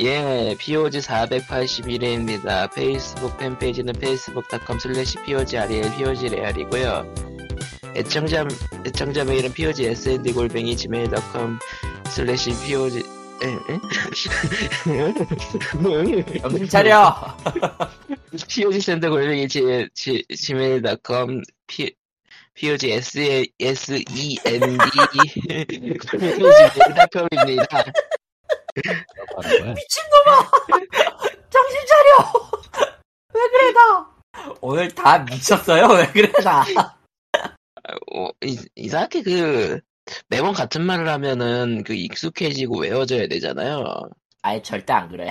예, POG 481회입니다. 페이스북 팬페이지는 facebook.com slash POGREL, POGREAL이고요. 애청자, 애청자 메일은 POG SND골뱅이 gmail.com slash POG, 정신 차려! POG SND골뱅이 gmail.com, POG E, SEND, 골뱅이.com입니다. 정신 차려! 왜 그래, 나! 오늘 다 미쳤어요? 왜 그래, 나! 어, 이- 이상하게 그 매번 같은 말을 하면은 그 익숙해지고 외워져야 되잖아요. 아예 절대 안 그래.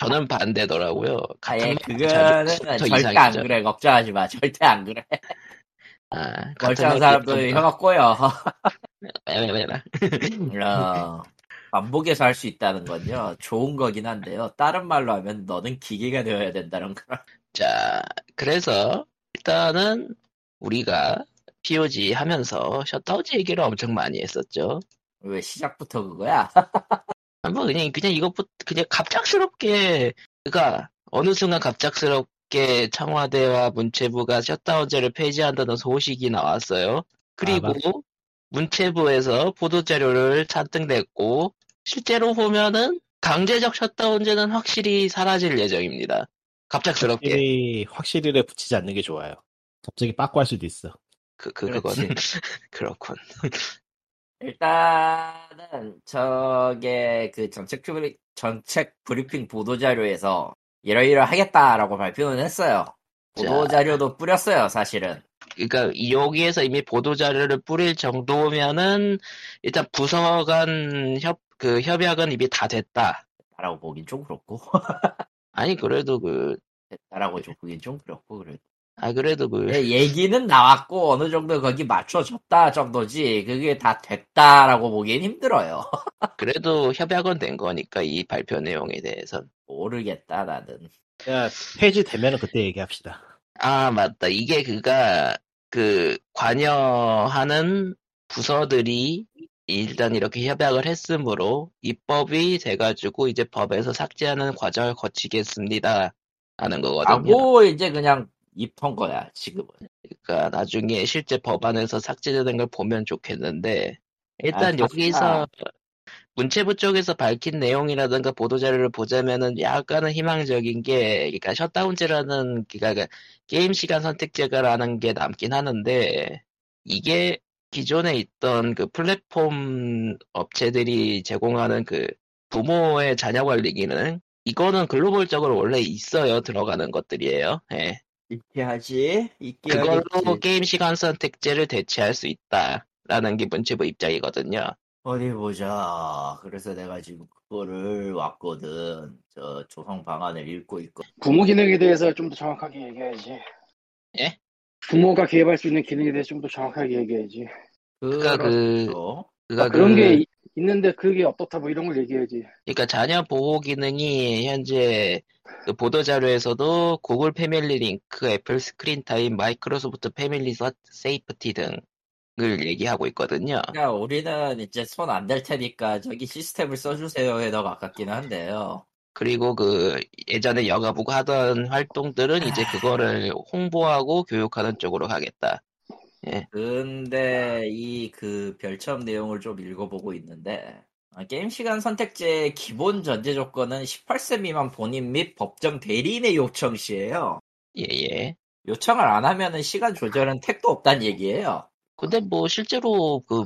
저는 반대더라고요. 아예 같은 말을 그거는 자주 해서 절대 안 이상해져. 그래. 걱정하지 마. 절대 안 그래. 아, 같은 멀쩡한 사람도 혀가 꼬여. 왜왜왜 어, 반복해서 할 수 있다는 건요. 좋은 거긴 한데요. 다른 말로 하면 너는 기계가 되어야 된다는 거라. 자, 그래서 일단은 우리가 POG 하면서 셧아웃 얘기를 엄청 많이 했었죠. 왜 시작부터 그거야? 한번 그냥 그냥 이것부터 그냥 갑작스럽게 그가 어느 순간 갑작스럽게 청와대와 문체부가 셧다운제를 폐지한다는 소식이 나왔어요. 그리고 아, 문체부에서 보도자료를 잔뜩 냈고 실제로 보면은 강제적 셧다운제는 확실히 사라질 예정입니다. 갑작스럽게 확실히 확실히를 붙이지 않는 게 좋아요. 갑자기 빠꾸 할 수도 있어. 그, 그 그거는 그렇군. 일단은 저게 그 정책 브리, 정책 브리핑 보도 자료에서 이러이러 하겠다라고 발표는 했어요. 보도 자료도 뿌렸어요, 사실은. 그러니까 여기에서 이미 보도자료를 뿌릴 정도면은 일단 부서 간협그 협약은 이미 다 됐다. 라고 보긴 좀 그렇고. 아니 그래도 그 라고 좀 보긴 좀 그렇고 그래. 아 그래도 그 예, 얘기는 나왔고 어느 정도 거기 맞춰졌다 정도지 그게 다 됐다라고 보기엔 힘들어요. 그래도 협약은 된 거니까 이 발표 내용에 대해선 모르겠다 나는. 야, 폐지 되면 그때 얘기합시다. 아 맞다 이게 그가 그 관여하는 부서들이 일단 이렇게 협약을 했으므로 입법이 돼가지고 이제 법에서 삭제하는 과정을 거치겠습니다 하는 거거든요. 하고 이제 그냥 입헌 거야 지금은. 그러니까 나중에 실제 법안에서 삭제되는 걸 보면 좋겠는데 일단 아, 여기서 문체부 쪽에서 밝힌 내용이라든가 보도자료를 보자면은 약간은 희망적인 게 그러니까 셧다운제라는 그러니까 게임 시간 선택제가라는 게 남긴 하는데 이게 기존에 있던 그 플랫폼 업체들이 제공하는 그 부모의 자녀 관리 기능 이거는 글로벌적으로 원래 있어요 들어가는 것들이에요. 예. 있게 하지. 있게 그걸로 게임 시간 선택제를 대체할 수 있다라는 게 문체부 입장이거든요. 어디 보자. 그래서 내가 지금 그거를 왔거든. 저 조성 방안을 읽고 있고. 부모 기능에 대해서 좀 더 정확하게 얘기해야지. 예? 부모가 개입할 수 있는 기능에 대해서 좀 더 정확하게 얘기해야지. 그러니까 그가 그 그렇죠. 그가 아, 그런 그- 게 이- 있는데 그게 없다 뭐 이런 걸 얘기해야지. 그러니까 자녀 보호 기능이 현재 그 보도 자료에서도 구글 패밀리 링크, 애플 스크린 타임, 마이크로소프트 패밀리 서- 세이프티 등을 얘기하고 있거든요. 그러니까 우리는 이제 손 안 댈 테니까 저기 시스템을 써주세요에 더 가깝긴 한데요. 그리고 그 예전에 여가부가 하던 활동들은 이제 그거를 홍보하고 교육하는 쪽으로 가겠다. 근데 이 그 별첨 내용을 좀 읽어보고 있는데 아, 게임 시간 선택제의 기본 전제 조건은 18세 미만 본인 및 법정 대리인의 요청 시에요. 예예. 요청을 안 하면은 시간 조절은 택도 없단 얘기예요. 근데 뭐 실제로 그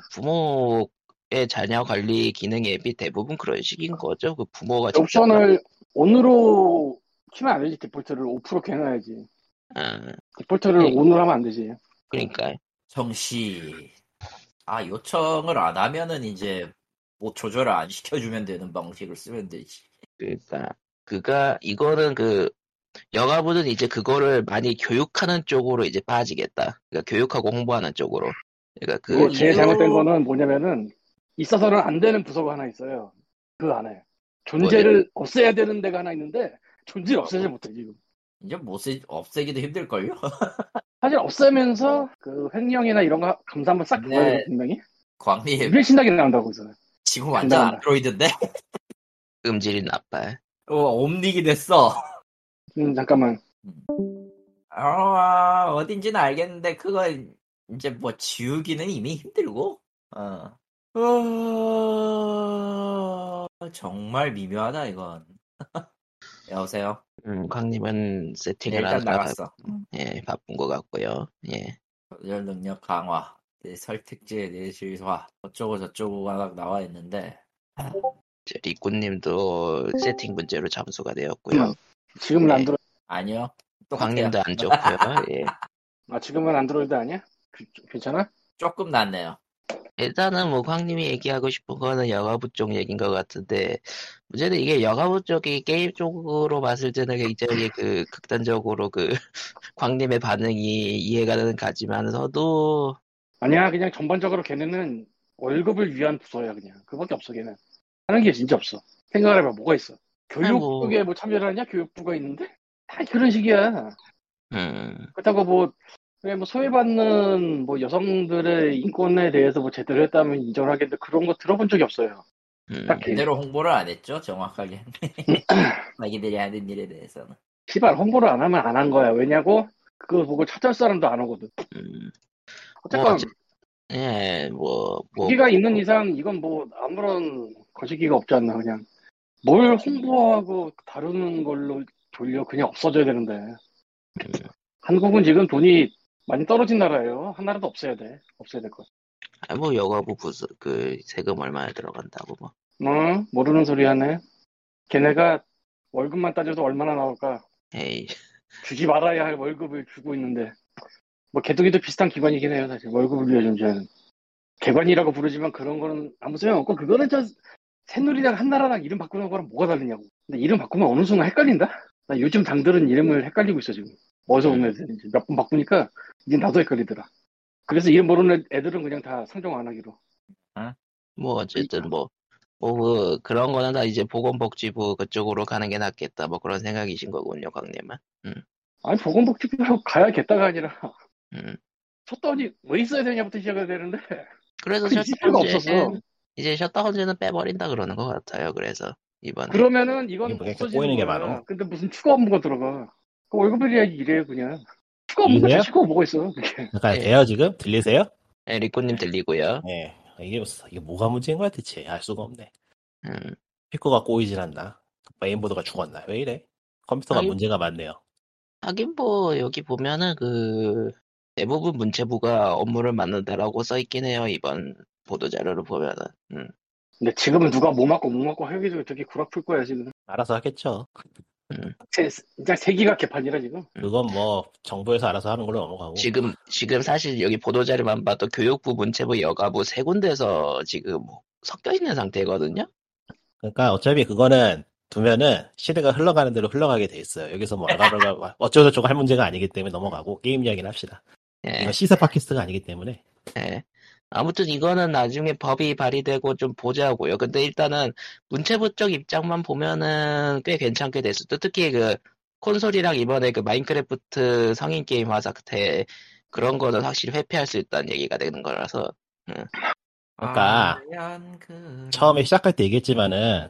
부모의 자녀 관리 기능 앱이 대부분 그런 식인 거죠. 그 부모가 직접 옵션을 온으로 키면 안 되지 디폴트를 오프로 해놔야지. 아, 디폴트를 네. 온으로 하면 안 되지. 그러니까 정시 아 요청을 안 하면은 이제 뭐 조절을 안 시켜주면 되는 방식을 쓰면 되지. 그러니까 그가 이거는 그 여가부는 이제 그거를 많이 교육하는 쪽으로 이제 빠지겠다. 그러니까 교육하고 홍보하는 쪽으로. 그러니까 그리고 그 제일 이유- 잘못된 거는 뭐냐면은 있어서는 안 되는 부서가 하나 있어요. 그 안에 존재를 없애야 되는 데가 하나 있는데 존재를 없애지 못해 지금. 이제 못 쓰, 없애기도 힘들걸요? 사실 없애면서 그 횡령이나 이런 거 감사 한번 싹 네. 예. 줘야 돼 분명히. 광님 이게 신나게 나온다고 그래서. 지금 완전 간다. 안드로이드인데? 음질이 나빠. 어, 옴닉이 됐어. 음, 잠깐만. 어, 어딘지는 알겠는데, 그건 이제 뭐 지우기는 이미 힘들고, 어. 어, 정말 미묘하다, 이건. 여보세요? 음, 광님은 세팅을 일단 하느라 바, 나갔어. 예, 바쁜 것 같고요. 예. 조절 능력 강화, 내 설득제 내실화, 어쩌고 저쩌고 막 나와 있는데, 이제 리꾸님도 세팅 문제로 잠수가 되었고요. 음, 지금은 네. 안 들어. 아니요. 똑같아요. 광님도 안 좋고요. 예. 아, 지금은 안드로이드 아니야? 귀- 괜찮아? 조금 낫네요. 일단은 뭐 광님이 얘기하고 싶은 거는 여가부 쪽 얘기인 것 같은데 문제는 이게 여가부 쪽이 게임 쪽으로 봤을 때는 굉장히 그 극단적으로 그 광님의 반응이 이해가 되는 가지만서도 아니야, 그냥 전반적으로 걔네는 월급을 위한 부서야, 그냥. 그밖에 없어, 걔는. 하는 게 진짜 없어. 생각을 해봐, 뭐가 있어? 아이고. 교육부에 뭐 참여를 하냐? 교육부가 있는데? 다 그런 식이야. 음, 그렇다고 뭐, 그래, 뭐 소외받는 뭐 여성들의 인권에 대해서 뭐 제대로 했다면 인정하겠는데 그런 거 들어본 적이 없어요. 음, 딱히. 제대로 홍보를 안 했죠, 정확하게. 자기들이 하는 일에 대해서는. 시발, 홍보를 안 하면 안 한 거야. 왜냐고? 그거 보고 찾을 사람도 안 오거든. 음. 어쨌건, 어째- 예, 뭐, 뭐, 기가 있는 이상 이건 뭐 아무런 거시기가 없지 않나 그냥 뭘 홍보하고 다루는 걸로 돌려 그냥 없어져야 되는데 한국은 지금 돈이 많이 떨어진 나라예요 하나라도 없어야 돼 없어야 될것 아, 뭐 여가부 부수 그 세금 얼마나 들어간다고 뭐. 어? 모르는 소리 하네 걔네가 월급만 따져서 얼마나 나올까 에이, 주지 말아야 할 월급을 주고 있는데 뭐 개똥이도 비슷한 기관이긴 해요 사실 월급을 위해 존재하는 개관이라고 부르지만 그런 거는 아무 소용 없고 그거는 저 새누리당 한나라당 이름 바꾸는 거랑 뭐가 다르냐고 근데 이름 바꾸면 어느 순간 헷갈린다 나 요즘 당들은 이름을 헷갈리고 있어 지금 어디서 온 애들인지 몇 번 바꾸니까 이제 나도 헷갈리더라 그래서 이름 모르는 애- 애들은 그냥 다 상정 안 하기로 뭐 어쨌든 뭐, 뭐, 그, 그런 거는 다 이제 보건복지부 그쪽으로 가는 게 낫겠다. 뭐 그런 생각이신 거군요, 광님은. 아니 보건복지부로 가야겠다가 아니라 음. 첫 돈이 왜 있어야 되냐부터 시작해야 되는데 그래서 그 이유가 없었어 셧다운제는 이제 셧다운제는 빼버린다 그러는 것 같아요. 그래서 이번에 그러면은 이건 이게 뭐 이렇게 없어지는 꼬이는 게 거야. 많어. 근데 무슨 추가 업무가 들어가. 그 월급이야 이래 그냥. 추가 업무가 이래요? 자식고 뭐가 있어 그게. 잠깐 예. 돼요 지금? 들리세요? 예, 리코님 들리고요. 예. 이게 무슨 이게 뭐가 문제인 거야 대체? 알 수가 없네. 음, 피코가 꼬이질 않나? 메인보드가 죽었나? 왜 이래? 컴퓨터가 아유. 문제가 많네요. 하긴 뭐 여기 보면은 그 대부분 문체부가 업무를 맡는다라고 써 있긴 해요. 이번 보도 자료를 보면은. 음. 근데 지금은 누가 뭐 맞고 뭐 맞고 해가지고 되게 구락풀 거야 지금. 알아서 하겠죠. 세, 진짜 세기가 개판이라 지금. 그건 뭐 정부에서 알아서 하는 걸로 넘어가고. 음. 지금 지금 사실 여기 보도 자료만 봐도 교육부, 문체부, 여가부 세 군데서 지금 뭐 섞여 있는 상태거든요. 그러니까 어차피 그거는 두면은 시대가 흘러가는 대로 흘러가게 돼 있어요. 여기서 뭐 알아보가 어쩌고저쩌고 할 문제가 아니기 때문에 넘어가고 게임 이야기는 합시다. 예. 이건 시사 팟캐스트가 아니기 때문에 예. 아무튼 이거는 나중에 법이 발의되고 좀 보자고요. 근데 일단은 문체부 쪽 입장만 보면은 꽤 괜찮게 됐을 때 특히 그 콘솔이랑 이번에 그 마인크래프트 성인 게임 화사 때 그런 거는 확실히 회피할 수 있다는 얘기가 되는 거라서 그러니까 과연 그- 처음에 시작할 때 얘기했지만은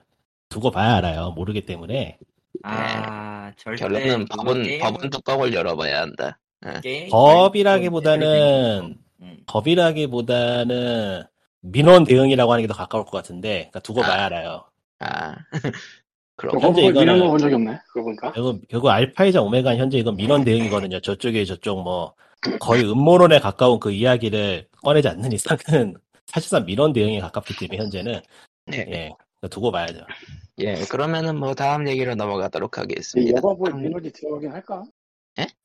두고 봐야 알아요. 모르기 때문에 아, 절대 네. 결론은 그거 법은 게임은- 법은 뚜껑을 열어봐야 한다. 게임- 법이라기보다는 음. 법이라기보다는 민원 대응이라고 하는 게 더 가까울 것 같은데 그러니까 두고 아. 봐야 알아요. 아 그럼 그거 보고 이거는- 민원을 본 적이 없네. 그러니까. 그거 보니까. 결국, 결국 알파이자 오메가는 현재 이건 민원 대응이거든요. 저쪽에 저쪽 뭐 거의 음모론에 가까운 그 이야기를 꺼내지 않는 이상은 사실상 민원 대응에 가깝기 때문에 현재는 네. 예 그거 두고 봐야죠. 예 그러면은 뭐 다음 얘기로 넘어가도록 하겠습니다. 여가부에 음. 네, 민원이 들어가긴 할까?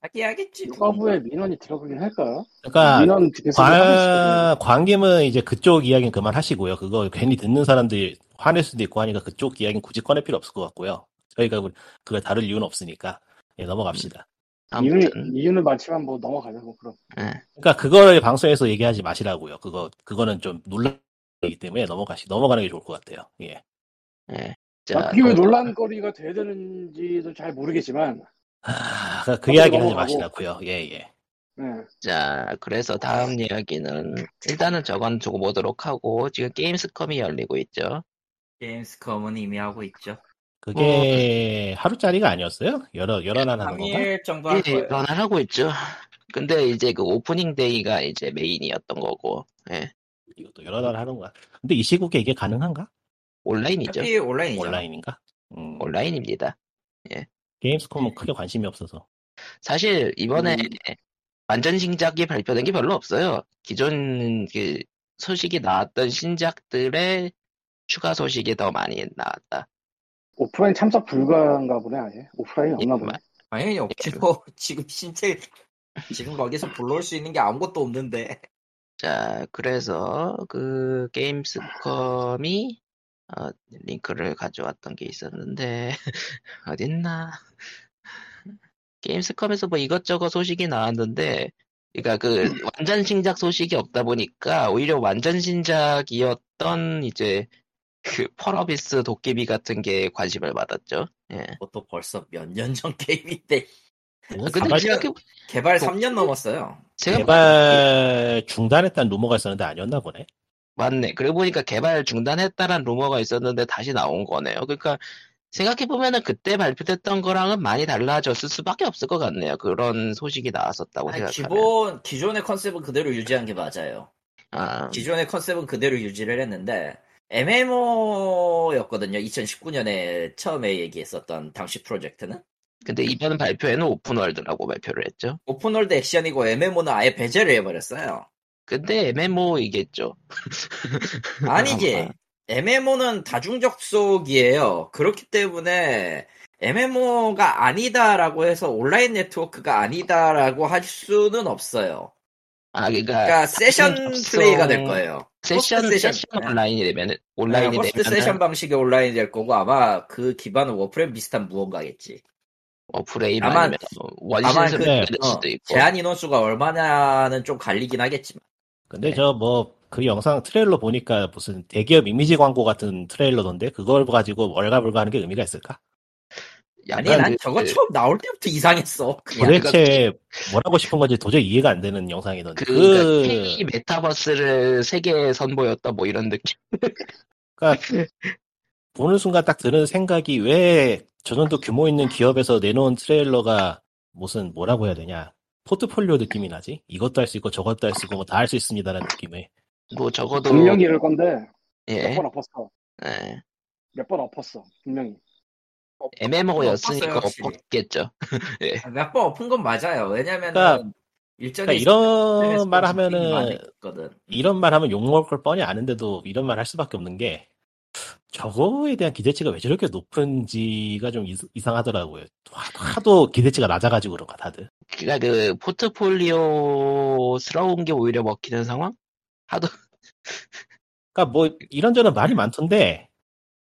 하긴 하겠지. 뭐. 여가부에 민원이 들어가긴 할까? 그러니까 민원 뒤에서 뭐 하고 있을 관 광김은 이제 그쪽 이야기는 그만하시고요. 그거 괜히 듣는 사람들이 화낼 수도 있고 하니까 그쪽 이야기는 굳이 꺼낼 필요 없을 것 같고요. 저희가 그- 그걸 다룰 이유는 없으니까 예, 넘어갑시다. 거거든. 아무튼 이유는 이유는 많지만 뭐 넘어가자고 그럼. 그러니까 그거를 방송에서 얘기하지 마시라고요. 그거 그거는 좀 논란이기 때문에 넘어가시 넘어가는 게 좋을 것 같아요. 예. 예. 아, 그게 왜 논란거리가 돼야 되는지도 잘 모르겠지만. 아, 그- 그 빨리 이야기는 하지 넘어가고. 마시라고요. 예, 예. 예. 자, 그래서 다음 이야기는 일단은 저건 두고 보도록 하고 지금 게임스컴이 열리고 있죠. 게임스컴은 이미 하고 있죠. 어, 그게 하루짜리가 아니었어요? 여러 여러 날 하는 건가? 3일 정도 할 예, 거예요. 변화를 하고 있죠. 근데 이제 그 오프닝 데이가 이제 메인이었던 거고, 예, 이것도 여러 날 하는 거야. 근데 이 시국에 이게 가능한가? 온라인이죠. 어차피 온라인이죠. 온라인인가? 음, 온라인입니다. 게임스콤은 크게 관심이 없어서. 사실 이번에 완전 신작이 발표된 게 별로 없어요. 기존 그 소식이 나왔던 신작들의 추가 소식이 더 많이 나왔다. 오프라인 참석 불가인가 보네 아예 오프라인 없나 보네 당연히 없죠. 지금 신체 지금 거기서 불러올 수 있는 게 아무것도 없는데. 자, 그래서 그 게임스컴이 어, 링크를 가져왔던 게 있었는데 어딨나? 게임스컴에서 뭐 이것저것 소식이 나왔는데, 그러니까 그 완전 신작 소식이 없다 보니까 오히려 완전 신작이었던 이제 그 펄어비스 도깨비 같은 게 관심을 받았죠. 예. 그것도 뭐 벌써 몇 년 전 게임인데 아, 뭐 그거 근데 개발, 생각해 보- 개발 또- 3년 넘었어요. 제가 개발 중단했다는 루머가 있었는데 아니었나 보네. 맞네. 그러고 보니까 개발 중단했다란 루머가 있었는데 다시 나온 거네요. 그러니까 생각해보면은 그때 발표됐던 거랑은 많이 달라졌을 수밖에 없을 것 같네요. 그런 소식이 나왔었다고 아니, 생각하면. 기본 기존의 컨셉은 그대로 유지한 게 맞아요. 아, 기존의 컨셉은 그대로 유지를 했는데 MMO였거든요. 2019년에 처음에 얘기했었던 당시 프로젝트는 근데 이번 발표에는 오픈월드라고 발표를 했죠. 오픈월드 액션이고 MMO는 아예 배제를 해버렸어요. 근데 MMO이겠죠. 아니지. MMO는 다중접속이에요. 그렇기 때문에 MMO가 아니다라고 해서 온라인 네트워크가 아니다라고 할 수는 없어요. 아, 그러니까 그러니까 세션 다중접속, 플레이가 될 거예요. 세션, 포스트 세션. 네. 세션 온라인이 되면 온라인이 포스트 세션 되면 방식의 온라인이 될 거고 아마 그 기반은 워프레임 비슷한 무언가겠지. 어플에 다만- 아니면 다만 원신을 그- 될 어, 수도 있고. 제한 인원수가 얼마냐는 좀 갈리긴 하겠지만 근데 네. 저 뭐 그 영상 트레일러 보니까 무슨 대기업 이미지 광고 같은 트레일러던데 그걸 가지고 월가불가하는 게 의미가 있을까? 아니 난 그- 저거 그- 처음 나올 때부터 이상했어. 그냥 도대체 뭐라고 싶은 건지 도저히 이해가 안 되는 영상이던데. 그, 그러니까 그, 그러니까 K 메타버스를 세계에 선보였다 뭐 이런 느낌. 그러니까 보는 순간 딱 드는 생각이 왜 저 정도 규모 있는 기업에서 내놓은 트레일러가 무슨 뭐라고 해야 되냐 포트폴리오 느낌이 나지? 이것도 할 수 있고 저것도 할 수 있고 뭐 다 할 수 있습니다라는 느낌에 뭐 적어도 분명히 이럴 건데 몇뭐 예, 번 엎었어 예. 몇 번 엎었어 분명히 MMO였으니까 엎었어요, 확실히. 엎었겠죠. 몇 번 엎은 건 맞아요. 왜냐면은 그러니까- 일정이 그러니까 이런 말 하면은 거든. 이런 말 하면 욕먹을 걸 뻔히 아는데도 이런 말 할 수밖에 없는 게 저거에 대한 기대치가 왜 저렇게 높은지가 좀 이상- 이상하더라고요. 하- 하도 기대치가 낮아가지고 그런가 다들. 그러니까 그 포트폴리오스러운 게 오히려 먹히는 상황? 그러니까 뭐 이런저런 말이 많던데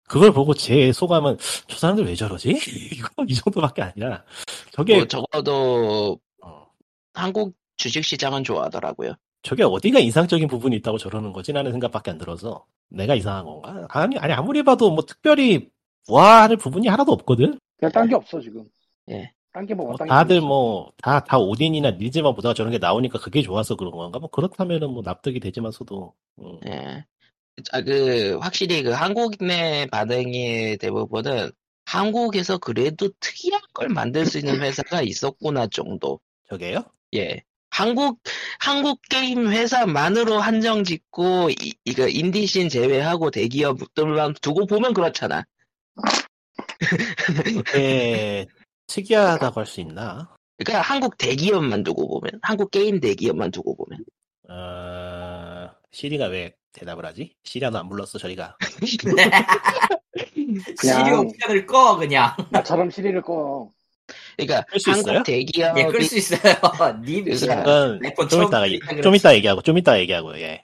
그걸 보고 제 소감은 저 사람들 왜 저러지? 이거 이 정도밖에 아니라 저게 뭐 적어도 어, 한국 주식 시장은 좋아하더라고요. 저게 어디가 이상적인 부분이 있다고 저러는 거지? 라는 생각밖에 안 들어서 내가 이상한 건가? 아니 아니 아무리 봐도 뭐 특별히 우아할 부분이 하나도 없거든. 그냥 딴 게 없어 지금 예. 딴게 뭐 뭐가 딴게 다들 뭐 다 다 오딘이나 닐즈만 보다가 저런 게 나오니까 그게 좋아서 그런 건가? 뭐 그렇다면은 뭐 납득이 되지만서도 음, 예. 아, 그 확실히 그 한국인의 반응의 대부분은 한국에서 그래도 특이한 걸 만들 수 있는 회사가 있었구나 정도. 저게요? 예. 한국, 한국 게임 회사만으로 한정 짓고, 이, 이거 인디씬 제외하고 대기업들만 두고 보면 그렇잖아. 그게 특이하다고 할 수 있나? 그러니까 한국 대기업만 두고 보면, 한국 게임 대기업만 두고 보면. 어, 시리가 왜 대답을 하지? 시리아도 안 불렀어, 저희가. 그러니까. 그냥- 시리 옵션을 꺼 그냥. 나처럼 시리를 꺼 그러니까 끌수 있어요? 한국 예, 끌 대기업이 수 있어요. 님 그래서- 지금 그건 몇번 좀 처음 이따가, 얘기- 들으니까 좀 그렇지. 이따 얘기하고, 좀 이따 얘기하고요, 예.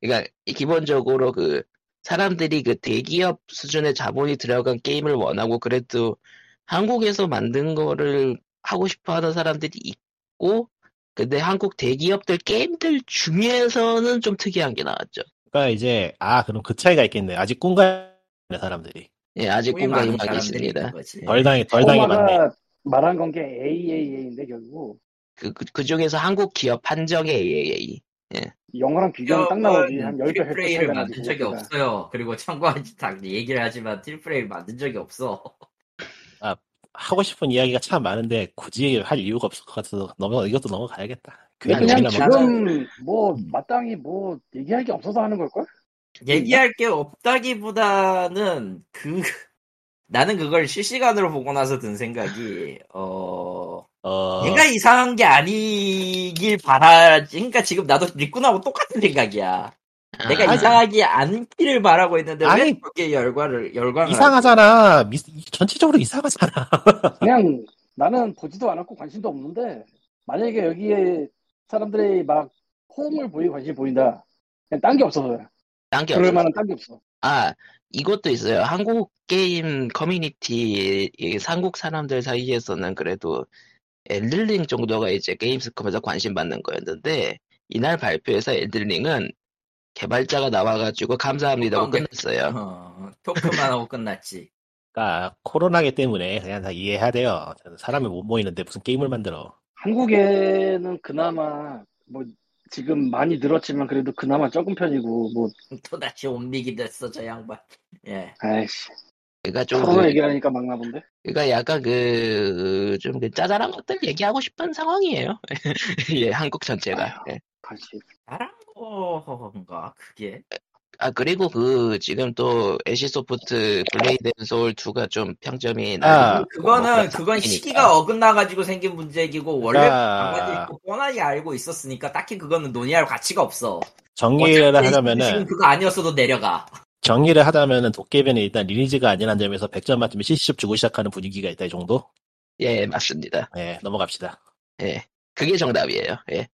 그러니까 이 기본적으로 그 사람들이 그 대기업 수준의 자본이 들어간 게임을 원하고 그래도 한국에서 만든 거를 하고 싶어 하는 사람들이 있고 근데 한국 대기업들 게임들 중에서는 좀 특이한 게 나왔죠. 그러니까 이제, 아, 그럼 그 차이가 있겠네. 아직 꿈가네, 사람들이. 예, 아직 꿈이 공감이 많은 많이 사람들이 있습니다. 있는 거지. 덜 당해, 덜 당해 맞네. 꼬마가 말한 건 게 AAA인데 결국 그, 그, 그 중에서 한국 기업 한정의 AAA. 예. 영어랑 비교하면 딱 나오지. 한 10배, 그러니까. 1 0 트리프레이를 만든 적이 없어요. 그리고 참고하지 당 얘기를 하지만 트리프레이를 만든 적이 없어. 하고 싶은 이야기가 참 많은데 굳이 할 이유가 없을 것 같아서 넘어 이것도 넘어가야겠다. 그냥, 괜히 그냥 넘어가. 지금 뭐 마땅히 뭐 얘기할 게 없어서 하는 걸걸? 얘기할 게 없다기보다는 그 나는 그걸 실시간으로 보고 나서 든 생각이 어 어, 얘가 이상한 게 아니길 바라지. 그러니까 지금 나도 리꾼하고 똑같은 생각이야. 내가 아, 이상하지 않기를 바라고 있는데 왜 아니, 그렇게 열과를 열광을 이상하잖아. 미- 전체적으로 이상하잖아. 그냥 나는 보지도 않았고 관심도 없는데 만약에 여기에 사람들이 막 호응을 보이고 관심 이 보인다. 그냥 딴 게 없어서 딴게 그럴 없어. 만한 딴 게 없어. 아, 이것도 있어요. 한국 게임 커뮤니티, 이 한국 사람들 사이에서는 그래도 엘들링 정도가 이제 게임스컴에서 관심 받는 거였는데, 이날 발표에서 엘들링은 개발자가 나와가지고 감사합니다고 어떤 게? 끝냈어요. 어, 토크만 하고 끝났지. 그러니까 코로나기 때문에 그냥 다 이해해야 돼요. 사람이 못 모이는데 무슨 게임을 만들어. 한국에는 그나마 뭐 지금 많이 늘었지만 그래도 그나마 적은 편이고 뭐 또 다시 옴닉이 됐어 저 양반. 예. 아이씨 그러니까 좀, 코로나 그, 얘기하니까 막나 본데. 그러니까 약간 그, 좀그 짜잘한 것들 얘기하고 싶은 상황이에요. 예, 한국 전체가. 예. 관심. 다른 거인가 그게? 아, 그리고 그, 지금 또, 애쉬 소프트 블레이드 앤 소울 2가 좀 평점이 아, 낮고 그거는 그런 그건 상황이니까. 시기가 어긋나 가지고 생긴 문제이고 원래 그러니까- 양반들이 또 뻔하게 알고 있었으니까 딱히 그거는 논의할 가치가 없어. 정리를 어차피 하자면은 지금 그거 아니었어도 내려가. 정리를 하자면은 도깨비는 일단 리니지가 아니란 점에서 100점 맞으면 70 주고 시작하는 분위기가 있다 이 정도. 예, 맞습니다. 예, 넘어갑시다. 예. 그게 정답이에요. 예.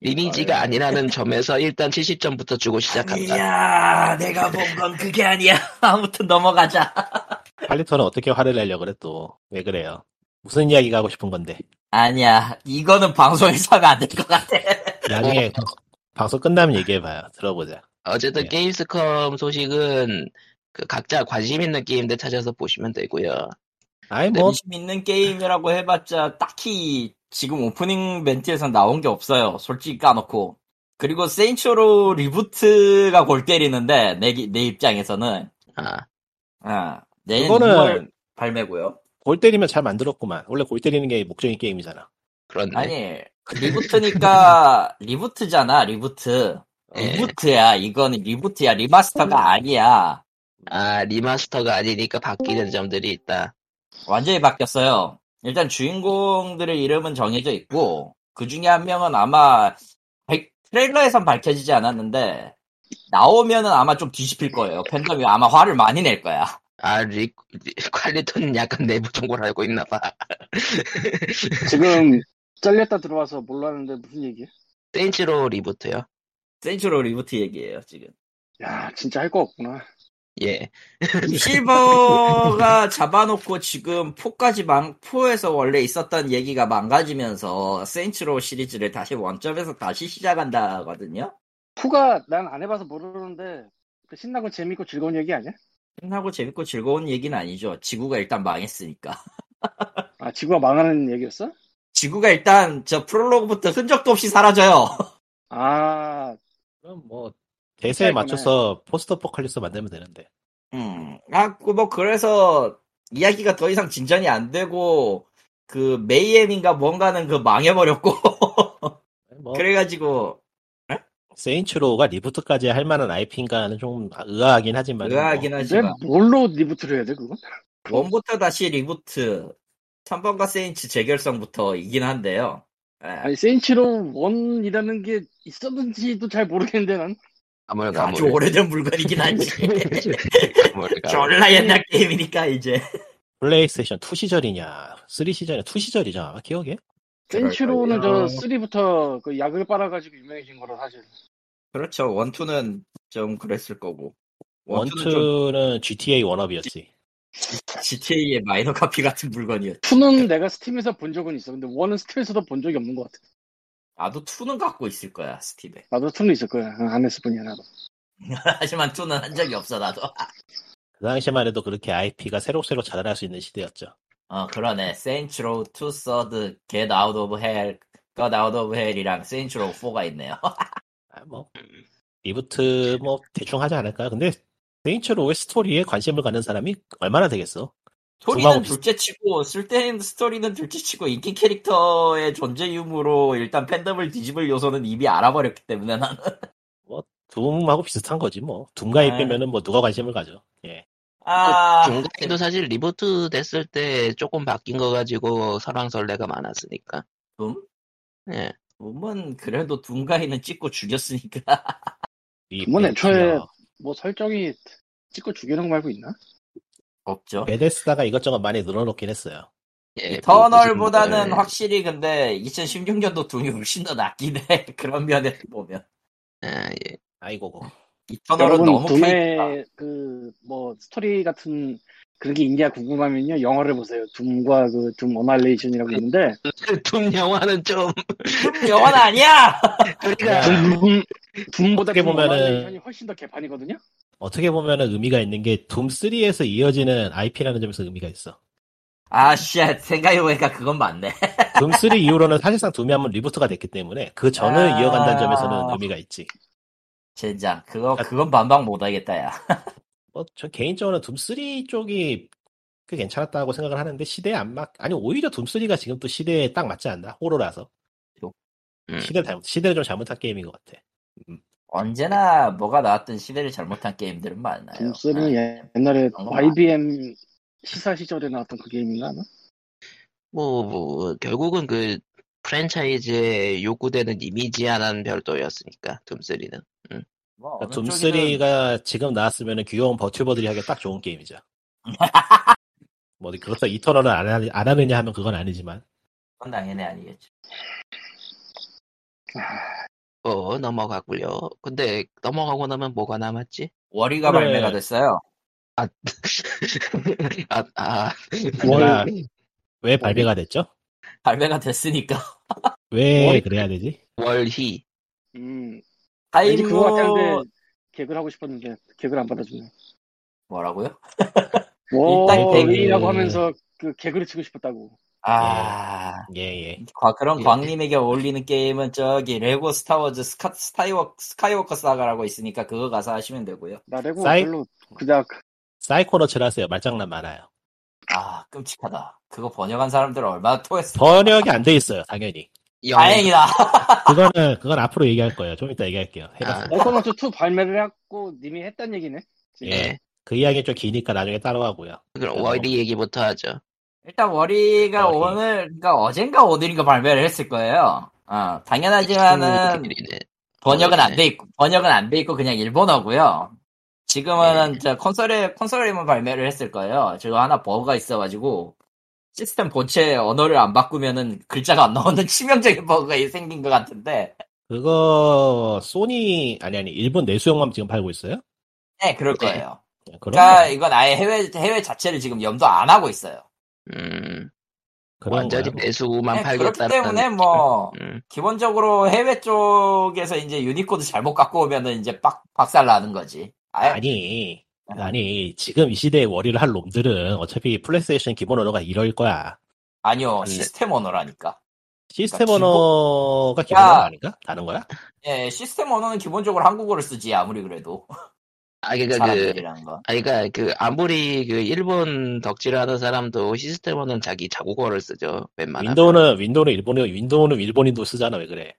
리니지가 아니라는 점에서 일단 70점부터 주고 시작한다. 아니야, 내가 본 건 그게 아니야. 아무튼 넘어가자. 팔리터는 어떻게 화를 내려 그래 또 왜 그래요? 무슨 이야기가 하고 싶은 건데 아니야, 이거는 방송에서 하면 안 될 것 같아. 나중에 어. 방송 끝나면 얘기해봐요. 들어보자. 어쨌든 예. 게임스컴 소식은 그 각자 관심 있는 게임들 찾아서 보시면 되고요. 아이 뭐 관심 있는 게임이라고 해봤자 딱히 지금 오프닝 멘트에서 나온 게 없어요. 솔직히 까놓고. 그리고 세인초로 리부트가 골 때리는데 내, 기- 내 입장에서는 아, 아, 내년 그거는- 6월 발매고요. 골 때리면 잘 만들었구만. 원래 골 때리는 게 목적인 게임이잖아. 그렇네. 아니 리부트니까 리부트잖아 리부트 예. 네. 리부트야 이거는 리부트야 리마스터가 아니야 아, 리마스터가 아니니까 음. 바뀌는 점들이 있다. 완전히 바뀌었어요 일단 주인공들의 이름은 정해져 있고 그 중에 한 명은 아마 발- 트레일러에선 밝혀지지 않았는데 나오면은 아마 좀 뒤집힐 거예요 팬덤이 아마 화를 많이 낼 거야 아, 리, 리- 퀄리톤은 약간 내부 정보를 알고 있나 봐. 지금 잘렸다 들어와서 몰랐는데 무슨 얘기? 센치로 리부트요. 센츄로 리부트 얘기예요 지금 야 진짜 할 거 없구나. 예. 실버가 잡아놓고 지금 포까지 망, 포에서 원래 있었던 얘기가 망가지면서 세인츠로 시리즈를 다시 원점에서 다시 시작한다거든요? 푸가 난 안 해봐서 모르는데 그 신나고 재밌고 즐거운 얘기 아니야? 신나고 재밌고 즐거운 얘기는 아니죠. 지구가 일단 망했으니까. 아 지구가 망하는 얘기였어? 지구가 일단 저 프롤로그부터 흔적도 없이 사라져요. 아 그럼 뭐 대세에 맞춰서 포스터 포칼리스 만들면 되는데. 음, 아, 그뭐 그래서 이야기가 더 이상 진전이 안 되고, 그 메이엠인가 뭔가는 그 망해버렸고, 어? 뭐 그래가지고 세인츠로가 리부트까지 할 만한 IP인가는 좀 의아하긴 하지만. 뭐 의아하긴 근데 하지만. 뭘로 리부트를 해야 돼 그건? 원부터 다시 리부트, 3번과 세인츠 재결성부터 이긴 한데요. 예. 아니 세인치로 원이라는 게 있었는지도 잘 모르겠는데 난 가물, 가물. 아주 오래된 물건이긴 하지. 가물, 가물. 졸라 옛날 게임이니까 이제. 플레이스테이션 2 시절이냐, 3 시절이냐, 2 시절이죠 아마 기억에. 세인치로는 그럴걸요. 저 3부터 그 약을 빨아가지고 유명해진 거라 사실 그렇죠. 원투는 좀 그랬을 거고. 원투는 좀 원투는 GTA 원업이었지. GTA의 마이너 카피 같은 물건이었죠. 2는 내가 스팀에서 본 적은 있어 근데 원은 스팀에서도 본 적이 없는 것 같아 나도 2는 갖고 있을 거야, 스팀에. 나도 2는 있을 거야 어, 안 했을 뿐이야 나도 하지만 2는 한 적이 없어, 나도. 그 당시만 해도 그렇게 IP가 새록새록 자랄 수 있는 시대였죠. 어, 그러네. 세인츠 로우 2 서드, Get Out of Hell, God Out of Hell이랑 세인츠 로우 4가 있네요. 아, 뭐 리부트 뭐 대충 하지 않을까요? 근데 세인츠로 왜 스토리에 관심을 갖는 사람이 얼마나 되겠어? 스토리는 비슷- 둘째 치고, 쓸데없는 스토리는 둘째 치고, 인기 캐릭터의 존재 유무로 일단 팬덤을 뒤집을 요소는 이미 알아버렸기 때문에 나는. 둠하고 비슷한 거지 뭐. 둠가입 아. 빼면은 뭐 누가 관심을 가져? 예. 아, 중간에도 사실 리부트 됐을 때 조금 바뀐 거 가지고 설왕설래가 많았으니까. 둠? 예. 둠은 그래도 둠가이는 찍고 죽였으니까. 이 둠은 애초에 어, 뭐 설정이 찍고 죽이는 거 말고 있나? 없죠. 베데스다가 이것저것 많이 늘어놓긴 했어요. 예, 이터널보다는 뭐, 확실히 근데 2016년도 둠이 훨씬 더 낫긴 해. 그런 면에서 보면. 예, 예. 아이고고. 이터널은 여러분 너무 둠의 그 뭐 스토리 같은 그런 게 있냐 궁금하면요 영화를 보세요. 둠과 그둠 어날레이션이라고 있는데 둠 영화는 좀 페이크. 영화는 아니야! 그러니까. 우리가 둠 둠보다 어떻게 둠 보면은- 어날레이션이 훨씬 더 개판이거든요. 어떻게 보면은 의미가 있는 게 둠 3에서 이어지는 IP라는 점에서 의미가 있어. 아, 쉣. 생각해보니까 그건 맞네. 둠 3 이후로는 사실상 둠이 한번 리부트가 됐기 때문에 그 전을 아. 이어간다는 점에서는 의미가 있지. 젠장. 그거, 아, 그건 반박 못하겠다, 야. 뭐 저 개인적으로는 둠 3 쪽이 꽤 괜찮았다고 생각을 하는데 시대에 안 맞, 아니 오히려 둠 3가 지금 또 시대에 딱 맞지 않나? 호러라서. 음. 시대 잘못, 시대를 좀 잘못한 게임인 것 같아. 언제나 뭐가 나왔든 시대를 잘못한 게임들은 많아요. 둠쓰는 아, 옛날에 너무 YBM 시사 시절에 나왔던 그 게임인가 아마? 뭐, 뭐 결국은 그 프랜차이즈에 요구되는 이미지 하나는 별도였으니까 둠3는 아, 뭐 어느 그러니까 쪽이든 둠3가 지금 나왔으면 귀여운 버튜버들이 하기 딱 좋은 게임이죠. 뭐, 그렇다 이터널을 안, 하, 안 하느냐 하면 그건 아니지만. 그건 당연히 아니겠죠. 어 넘어가고요 근데 넘어가고 나면 뭐가 남았지? 월이가 그래. 발매가 됐어요. 아, 아. 월. 왜 발매가 됐죠? 발매가 됐으니까. 왜 월- 그래야 되지? 월희 음 아, 왠지 그거 하이무 같았는데 개그를 하고 싶었는데 개그를 안 받아주네. 뭐라고요? 일단 개그. 워이라고 하면서 그 개그를 치고 싶었다고. 아, 예, 예. 과- 그런 예. 광님에게 어울리는 게임은 저기 레고 스타워즈 스카, 스타이워, 스카이워커 사가라고 있으니까 그거 가서 하시면 되고요. 나 레고 사이- 별로 그닥 사이코너츠를 하세요. 말장난 많아요. 아, 끔찍하다. 그거 번역한 사람들 얼마나 토했어. 번역이 안 돼 있어요, 당연히. 영 다행이다. 그거는, 그건 앞으로 얘기할 거예요. 좀 이따 얘기할게요. 아, 해봤어요. 에코노트 2 발매를 했고 님이 했단 얘기네. 예. 예. 그 이야기 좀 기니까 나중에 따로 하고요. 그럼 월희 얘기부터 하죠 일단 월이가 월이. 오늘, 그러니까 어젠가 오늘인가 발매를 했을 거예요. 어, 당연하지만은 월요일이네. 번역은 안 음, 네. 돼 있고 번역은 안 돼 있고 그냥 일본어고요. 네. 지금은 저 콘솔에 콘솔에만 발매를 했을 거예요. 저거 하나 버그가 있어가지고 시스템 본체 언어를 안 바꾸면은 글자가 안 나오는 치명적인 버그가 생긴 것 같은데. 그거, 소니, 아니, 아니, 일본 내수용만 지금 팔고 있어요? 네, 그럴 네. 거예요. 그럼, 그러니까 이건 아예 해외 해외 자체를 지금 염두 안 하고 있어요. 음, 그런 완전히 거야, 뭐. 내수만 네, 그렇기 팔겠다는 때문에 뭐 음, 기본적으로 해외 쪽에서 이제 유니코드 잘못 갖고 오면은 이제 빡 박살 나는 거지. 아예 어. 아니, 아니, 지금 이 시대에 월요를 할 놈들은 어차피 플레이스테이션 기본 언어가 이럴 거야. 아니요 네. 시스템 언어라니까. 시스템 그러니까 언어가 기본 야. 언어 아닌가? 다른 거야? 예, 시스템 언어는 기본적으로 한국어를 쓰지, 아무리 그래도. 아 그러니까 그 사람들이란 건. 아, 그러니까 그 아무리 그 일본 덕질하는 사람도 시스템어는 자기 자국어를 쓰죠 아, 웬만하면 윈도우는, 윈도우는 일본어, 윈도우는 일본인도 쓰잖아, 왜 그래?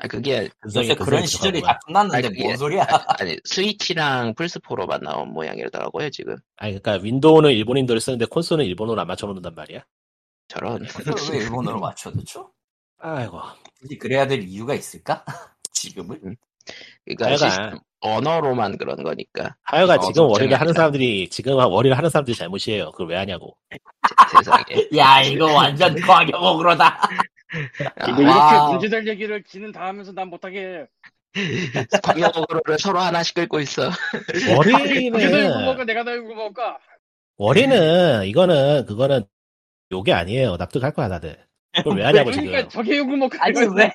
아 그게 근성이 요새 근성이 그런 시절이 부족하구만. 다 끝났는데 아니, 뭔 그게- 소리야? 아니 스위치랑 플스4로만 나온 모양이더라고요 지금 아니, 그러니까 윈도우는 일본인들을 쓰는데 콘솔은 일본어를 안 맞춰놓는단 말이야? 저런 그걸 왜 일본어로 맞춰놓죠? 아이고. 굳이 그래야 될 이유가 있을까? 지금은? 그러니까 하여간. 시스템 언어로만 그런 거니까 하여간 어, 지금 월요를 하는 걱정이다. 사람들이, 지금 월요를 하는 사람들이 잘못이에요. 그걸 왜 하냐고. 세상에 야, 이거 완전 과격옥으로다. 아, 와우. 이거 이렇게 문제될 얘기를 지는 다 하면서 난 못하게 광역어를 서로 하나씩 끌고 있어 네. 그들 월요는, 구멍가 내가 달고 먹을까? 월요는, 이거는, 그거는 욕이 아니에요. 납득할 거야, 다들. 그걸 왜 하냐고, 지금. 그러니까 저게 욕을 먹을까? 아니, 왜?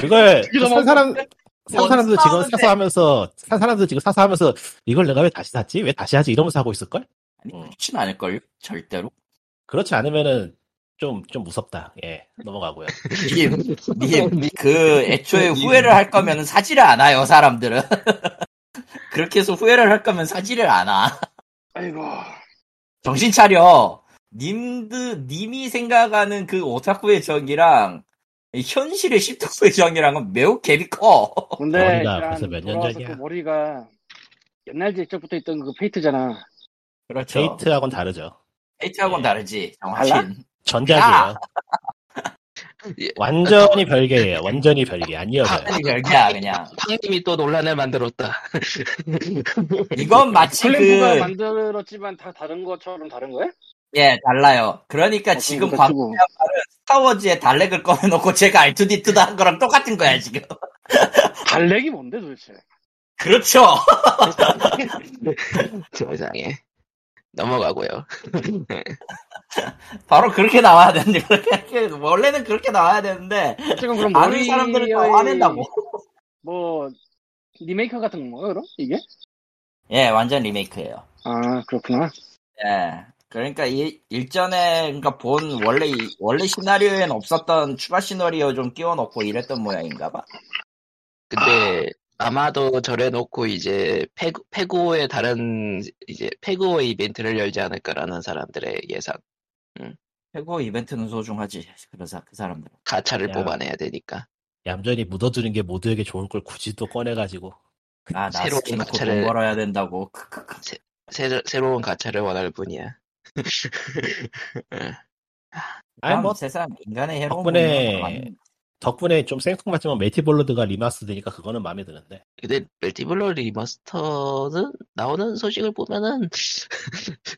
그걸 이거 산 너무 사람 산 뭔 사람들 지금 싸우는데. 사서 하면서 산 사람들 지금 사서 하면서 이걸 내가 왜 다시 샀지? 왜 다시 하지? 이러면서 하고 있을 걸? 아니, 그렇진 않을걸요? 절대로. 그렇지 않으면은 좀, 좀 무섭다. 예, 넘어가고요. 네. 님, 그 애초에 후회를 할 거면 사지를 않아요, 사람들은. 그렇게 해서 후회를 할 거면 사지를 않아. 아이고 정신 차려. 님드, 님이 생각하는 그 오타쿠의 정이랑 현실의 십덕후의 정이랑은 매우 갭이 커. 근데 머리가 일단 벌써 몇년 돌아와서 전이야? 그 머리가 옛날 옛적부터 있던 그 페이트잖아 그렇죠. 데이트하고는 다르죠. 페이트하고는 다르지, 달라? 정확히. 전작이에요. 예. 아. 완전히 별개예요. 완전히 별개. 안 이어져요. 완전히 별개야, 그냥. 팡님이 또 논란을 만들었다. 이건 마치 클램프가 그, 만들었지만 다 다른 것처럼 다른 거야? 예, 달라요. 그러니까 아, 어, 지금 그거 광고 치고. 스타워즈에 달렉을 꺼내놓고 제가 R2D2다 한 거랑 똑같은 거야, 지금. 달렉이 뭔데 도대체 그렇죠. 세상에. 넘어가고요. 바로 그렇게 나와야 되는데, 그렇게, 원래는 그렇게 나와야 되는데, 지금 그럼 아는 사람들은 다 화낸다고. 뭐 리메이크 같은 건가요 그럼 이게? 예, 완전 리메이크예요 아 그렇구나 예. 그러니까 이, 일전에, 그러니까 본 원래, 이- 원래 시나리오엔 없었던 추가 시나리오 좀 끼워넣고 이랬던 모양인가 봐. 근데 아마도 저래놓고 이제 페, 페고의 다른 이제 페고의 이벤트를 열지 않을까라는 사람들의 예상 최고 이벤트는 소중하지. 그래서 그 사람들. 가차를 야. 뽑아내야 되니까 얌전히 묻어두는 게 모두에게 좋을 걸 굳이 또 꺼내가지고. 그 아, 나 새로운 스킨 놓고 마차를- 돈 벌어야 된다고. 크크크. 새, 새로운 가차를 원할 뿐이야. 아니, 뭐, 세상 인간의 해로운 덕분에- 부분은 많이- 덕분에 좀 생뚱맞지만 메티볼로드가 리마스 되니까 그거는 마음에 드는데. 근데 멀티블러 리마스터는 나오는 소식을 보면은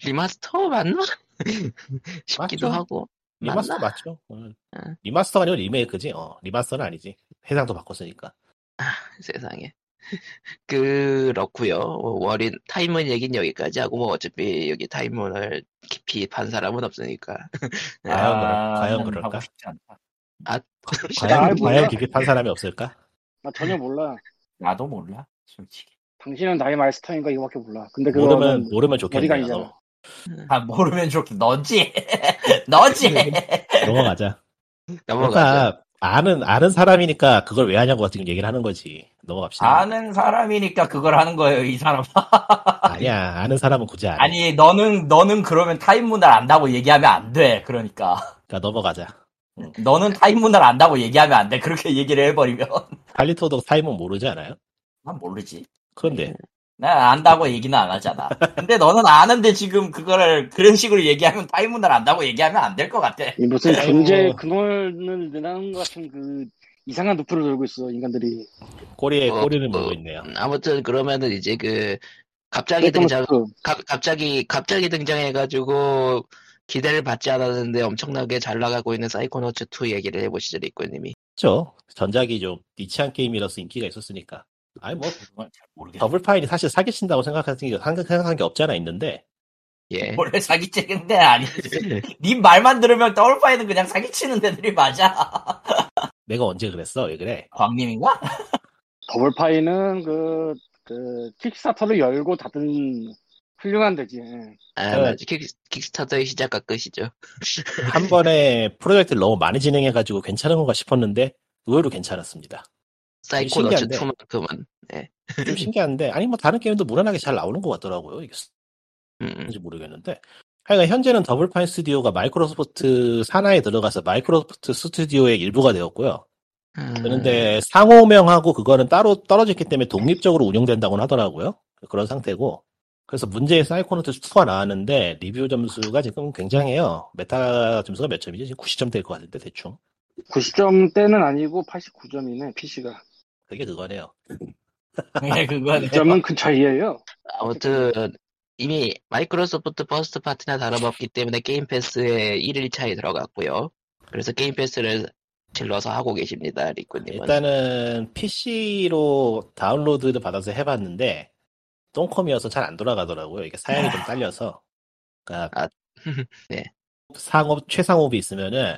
리마스터 맞나 싶기도 맞죠. 하고 리마스터 맞나? 맞죠 어. 응. 리마스터가 아니고 리메이크지. 어, 리마스터는 아니지. 해상도 바꿨으니까. 세상에. 그렇고요. 뭐 월인 타임은 얘긴 여기까지 하고 뭐 어차피 여기 타임문을 깊이 판 사람은 없으니까. 과연, 아, 그럴, 과연 하고 그럴까? 싶지 않다. 아, 과연, 몰라. 과연 기급한 사람이 없을까? 나 전혀 몰라 나도 몰라, 솔직히. 당신은 나의 마스터인가 이거밖에 몰라 근데 모르면, 그거는 모르면 머리가 좋겠네. 아니잖아 넘- 아, 모르면 좋게 너지. 너지. 넘어가자. 넘어가죠. 그러니까, 아는, 아는 사람이니까 그걸 왜 하냐고 지금 얘기를 하는 거지. 넘어갑시다. 아는 사람이니까 그걸 하는 거예요, 이 사람. 아니야, 아는 사람은 굳이 안 해. 아니, 너는, 너는 그러면 타임 문화를 안다고 얘기하면 안 돼. 그러니까. 그러니까 넘어가자. 너는 타임 문화를 안다고 얘기하면 안 돼. 그렇게 얘기를 해버리면. 칼리토도 타임은 모르지 않아요? 난 모르지. 그런데, 난 안다고 얘기는 안 하잖아. 근데 너는 아는데 지금 그거를 그런 식으로 얘기하면 타임 문화를 안다고 얘기하면 안 될 것 같아. 이 무슨 아이고. 존재의 근원을 내는 것 같은 그 이상한 루프를 돌고 있어 인간들이 꼬리에 어, 꼬리를 어. 물고 있네요. 아무튼 그러면은 이제 그 갑자기 그러니까 뭐 등장 그러니까 그럼 갑- 갑자기 갑자기 등장해가지고 기대를 받지 않았는데 엄청나게 잘 나가고 있는 사이코노츠 2 얘기를 해보시죠 리코님이. 그렇죠. 전작이 좀 니치한 게임이라서 인기가 있었으니까. 아니 뭐 그건 잘 모르겠어. 더블파인이 사실 사기친다고 생각하는 게 생각- 생각한 게 없잖아 있는데 예. 뭐, 원래 사기치는데 아니지. 네 말만 들으면 더블파이는 그냥 사기치는 애들이 맞아. 내가 언제 그랬어? 왜 그래? 광님인가? 더블파이는 그, 그 킥스타터를 열고 닫은 훌륭한 데지 예. 아, 그- 맞아. 킥, 킥스타터의 시작과 끝이죠. 한 번에 프로젝트를 너무 많이 진행해가지고 괜찮은 건가 싶었는데 의외로 괜찮았습니다. 사이코노츠 신기한데. 2만큼은. 좀 신기한데 아니 뭐 다른 게임도 무난하게 잘 나오는 것 같더라고요. 이게 음, 뭔지 모르겠는데 하여간 현재는 더블파인 스튜디오가 마이크로소프트 산하에 들어가서 마이크로소프트 스튜디오의 일부가 되었고요. 음. 그런데 상호명하고 그거는 따로 떨어졌기 때문에 독립적으로 운영된다고는 하더라고요. 그런 상태고. 그래서 문제의 사이코노트 2가 나왔는데 리뷰 점수가 지금 굉장해요. 메타 점수가 몇 점이죠? 지금 90점 될 것 같은데 대충. 90점 때는 아니고 89점이네 PC가 그게 그거네요. 네, 그거는. 2점은 큰 차이예요 아무튼 이미 마이크로소프트 퍼스트 파트나 다름없기 때문에 게임 패스에 1일차에 들어갔고요. 그래서 게임 패스를 질러서 하고 계십니다, 리코님은. 일단은 PC로 다운로드를 받아서 해봤는데 똥컴이어서 잘 안 돌아가더라고요. 이게 사양이 좀 딸려서. 그러니까 아, 네. 상업 최상업이 있으면은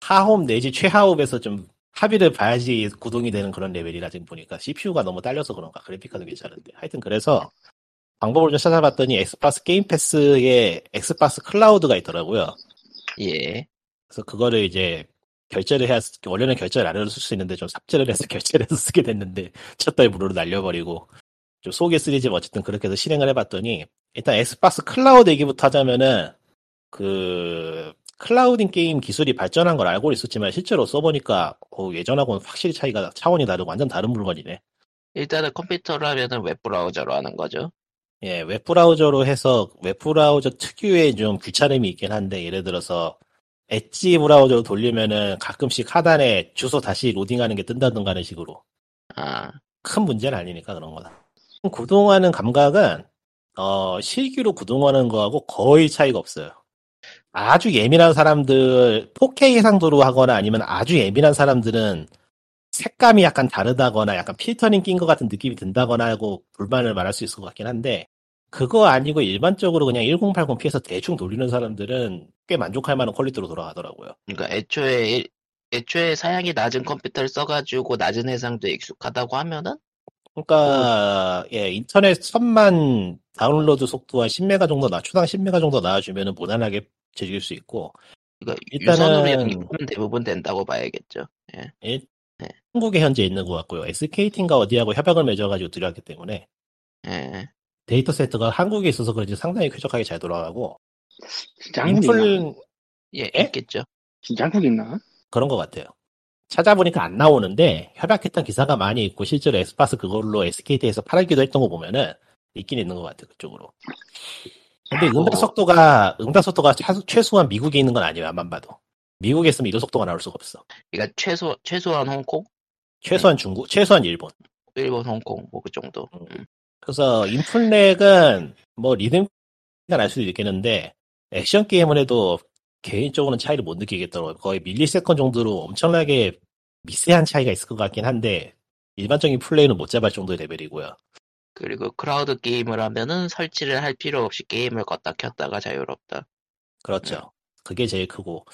하홈 내지 최하업에서 좀 합의를 봐야지 구동이 되는 그런 레벨이라 지금 보니까 CPU가 너무 딸려서 그런가 그래픽카도 괜찮은데 하여튼 그래서 방법을 좀 찾아봤더니 엑스박스 게임 패스에 엑스박스 클라우드가 있더라고요. 예. 그래서 그거를 이제 결제를 해야 쓰- 원래는 결제를 안 해도 쓸 수 있는데 좀 삽질을 해서 결제를 해서 쓰게 됐는데 첫 달 무료로 날려버리고 좀 속에 쓰리지만 어쨌든 그렇게 해서 실행을 해봤더니 일단 엑스박스 클라우드 얘기부터 하자면은 그 클라우딩 게임 기술이 발전한 걸 알고 있었지만 실제로 써보니까 어, 예전하고는 확실히 차이가 차원이 다르고 완전 다른 물건이네. 일단은 컴퓨터로 하면은 웹브라우저로 하는 거죠. 예, 웹브라우저로 해서 웹브라우저 특유의 좀 귀찮음이 있긴 한데 예를 들어서 엣지 브라우저로 돌리면은 가끔씩 하단에 주소 다시 로딩하는 게 뜬다든가 하는 식으로 아, 큰 문제는 아니니까 그런 거다. 구동하는 감각은 어, 실기로 구동하는 거하고 거의 차이가 없어요. 아주 예민한 사람들 4K 해상도로 하거나 아니면 아주 예민한 사람들은 색감이 약간 다르다거나 약간 필터링 낀 것 같은 느낌이 든다거나 하고 불만을 말할 수 있을 것 같긴 한데 그거 아니고 일반적으로 그냥 1080 p 에서 대충 돌리는 사람들은 꽤 만족할 만한 퀄리티로 돌아가더라고요. 그러니까 애초에 일- 애초에 사양이 낮은 컴퓨터를 써가지고 낮은 해상도에 익숙하다고 하면은 그러니까 예 인터넷 천만 다운로드 속도와 10메가 정도 나 초당 10메가 정도 나와주면은 무난하게 즐길 수 있고 이거 일단은- 유선으로 읽으면 대부분 된다고 봐야겠죠. 한국에 현재 있는 것 같고요. SK 팀과 어디하고 협약을 맺어가지고 들여왔기 때문에 예. 데이터 세트가 한국에 있어서 그런지 상당히 쾌적하게 잘 돌아가고 진짜 한국 있나? 인플 예, 예? 있겠죠. 진짜 한국 있나? 그런 것 같아요. 찾아보니까 안 나오는데 협약했던 기사가 많이 있고 실제로 엑스박스 그걸로 SKT에서 팔기도 했던 거 보면은 있긴 있는 것 같아요 그쪽으로. 근데 어. 응답 속도가 응답 속도가 차- 최소한 미국에 있는 건 아니에요 안만 봐도. 미국에 있으면 이런 속도가 나올 수가 없어. 그러니까 최소 최소한 홍콩, 최소한 중국, 최소한 일본. 일본 홍콩 뭐 그 정도. 음. 그래서 인플렉은 뭐 리듬 날 수도 있겠는데 액션 게임은 해도 개인적으로는 차이를 못 느끼겠더라고요. 거의 밀리세컨 정도로 엄청나게 미세한 차이가 있을 것 같긴 한데 일반적인 플레이는 못 잡을 정도의 레벨이고요. 그리고 크라우드 게임을 하면은 설치를 할 필요 없이 게임을 껐다 켰다가 자유롭다. 그렇죠. 네. 그게 제일 크고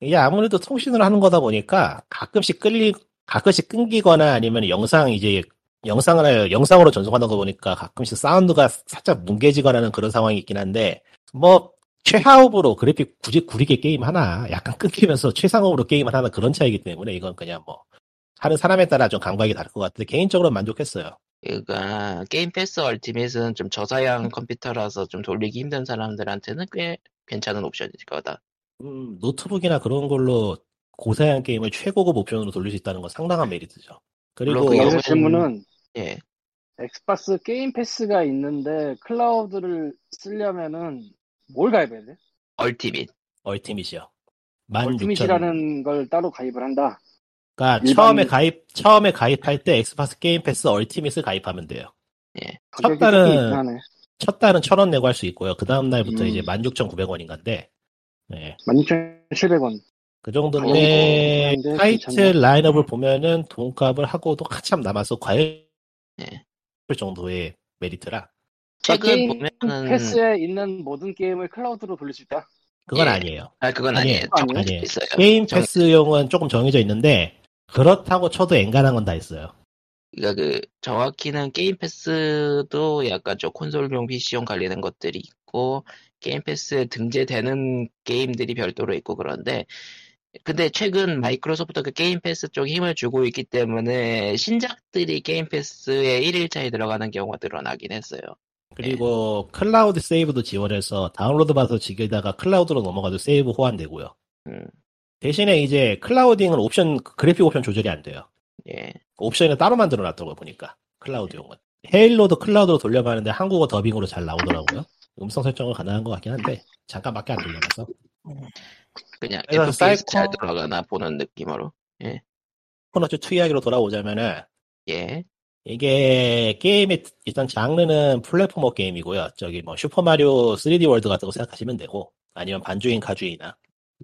이게 아무래도 통신을 하는 거다 보니까 가끔씩 끌리 가끔씩 끊기거나 아니면 영상 이제 영상을 영상으로 전송하는 거 보니까 가끔씩 사운드가 살짝 뭉개지거나 하는 그런 상황이 있긴 한데 뭐 최하업으로 그래픽 굳이 구리게 게임 하나 약간 끊기면서 최상업으로 게임을 하나 그런 차이기 때문에 이건 그냥 뭐 하는 사람에 따라 좀 감각이 다를 것 같은데 개인적으로 는 만족했어요. 그러니까 게임 패스 얼티밋은 좀 저사양 컴퓨터라서 좀 돌리기 힘든 사람들한테는 꽤 괜찮은 옵션일 거다. 음, 노트북이나 그런 걸로 고사양 게임을 최고급 옵션으로 돌릴 수 있다는 건 상당한 메리트죠. 그리고 물론 그 여기서 영어는- 질문은 예. 엑스박스 게임 패스가 있는데 클라우드를 쓰려면은 뭘 가입해야 돼? 뭐 얼티밋. 얼티밋이요. 16,000. 얼티밋이라는 걸 따로 가입을 한다. 그러니까 일반- 처음에 가입 처음에 가입할 때 엑스박스 게임 패스 얼티밋을 가입하면 돼요. 가격이 첫달은- 조금 있긴 하네. 첫 달은 1,000원 내고 할 수 있고요. 그 다음 날부터 음. 이제 16,900원인가인데. 네. 16,700원. 그 가격이 정도인데 그런데 타이틀 괜찮네. 음. 라인업을 보면은 돈값을 하고도 한참 남아서 과일 예. 정도의 메리트라 최근 게임 보면은 패스에 있는 모든 게임을 클라우드로 돌릴 수 있다. 그건 예. 아니에요. 아 그건 아니에요. 아니에요. 정해져 아니에요. 있어요. 게임 정해- 패스용은 조금 정해져 있는데 그렇다고 쳐도 엔간한 건 다 있어요. 그러니까 그 정확히는 게임 패스도 약간 저 콘솔용 PC용 관리된 것들이 있고 게임 패스에 등재되는 게임들이 별도로 있고 그런데 근데 최근 마이크로소프트 그 게임 패스 쪽에 힘을 주고 있기 때문에 신작들이 게임 패스에 1일차에 들어가는 경우가 늘어나긴 했어요. 그리고 클라우드 세이브도 지원해서 다운로드 받아서 지게다가 클라우드로 넘어가도 세이브 호환되고요. 음. 대신에 이제 클라우딩은 옵션 그래픽 옵션 조절이 안 돼요. 그 예. 옵션을 따로 만들어 놨더라고 보니까 클라우드용은 헤일로도 클라우드로 돌려봤는데 한국어 더빙으로 잘 나오더라고요. 음성 설정은 가능한 것 같긴 한데 잠깐밖에 안 돌려봐서 그냥 그래서 FPS 잘 사이코- 들어가나 보는 느낌으로. 코너츠 2 이야기로 돌아오자면은 예. 이게 게임의 일단 장르는 플랫포머 게임이고요. 저기 뭐 슈퍼마리오 3D 월드 같은 거 생각하시면 되고 아니면 반주인 가주이나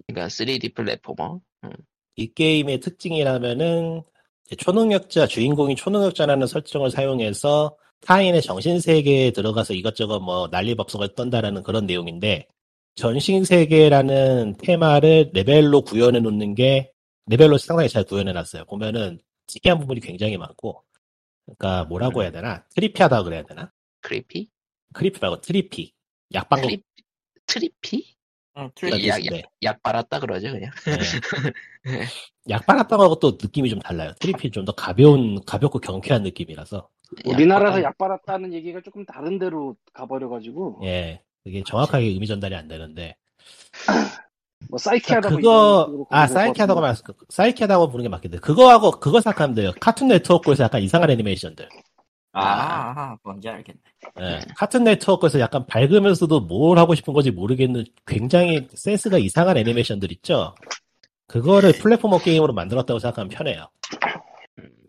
그러니까 3D 플랫포머. 음. 이 게임의 특징이라면은 이제 초능력자 주인공이 초능력자라는 설정을 사용해서 타인의 정신 세계에 들어가서 이것저것 뭐 난리법석을 떤다라는 그런 내용인데 전신 세계라는 테마를 레벨로 구현해 놓는 게 레벨로 상당히 잘 구현해 놨어요. 보면은 특이한 부분이 굉장히 많고 그러니까 음. 뭐라고 해야 되나 트리피하다 그래야 되나 크리피? 크리피 말고 트리피 약방금 트리, 트리피? 응, 약, 트위- 네. 약, 약, 약 빨았다 그러죠 그냥. 네. 약발합당하고 또 느낌이 좀 달라요. 트리피 좀 더 가벼운, 가볍고 경쾌한 느낌이라서. 약 우리나라에서 빨았다. 약 빨았다는 얘기가 조금 다른 데로 가버려가지고 예. 그게 정확하게 의미 전달이 안 되는데. 뭐 그러니까 사이키하다고 그거, 아, 사이키하다고 말, 사이키하다고 부르는 게 맞겠네. 그거하고, 그거 생각하면 돼요. 카툰 네트워크에서 약간 이상한 애니메이션들. 아, 아, 아, 뭔지 알겠네. 예. 카툰 네트워크에서 약간 밝으면서도 뭘 하고 싶은 건지 모르겠는 굉장히 센스가 이상한 애니메이션들 있죠? 그거를 플랫포머 게임으로 만들었다고 생각하면 편해요.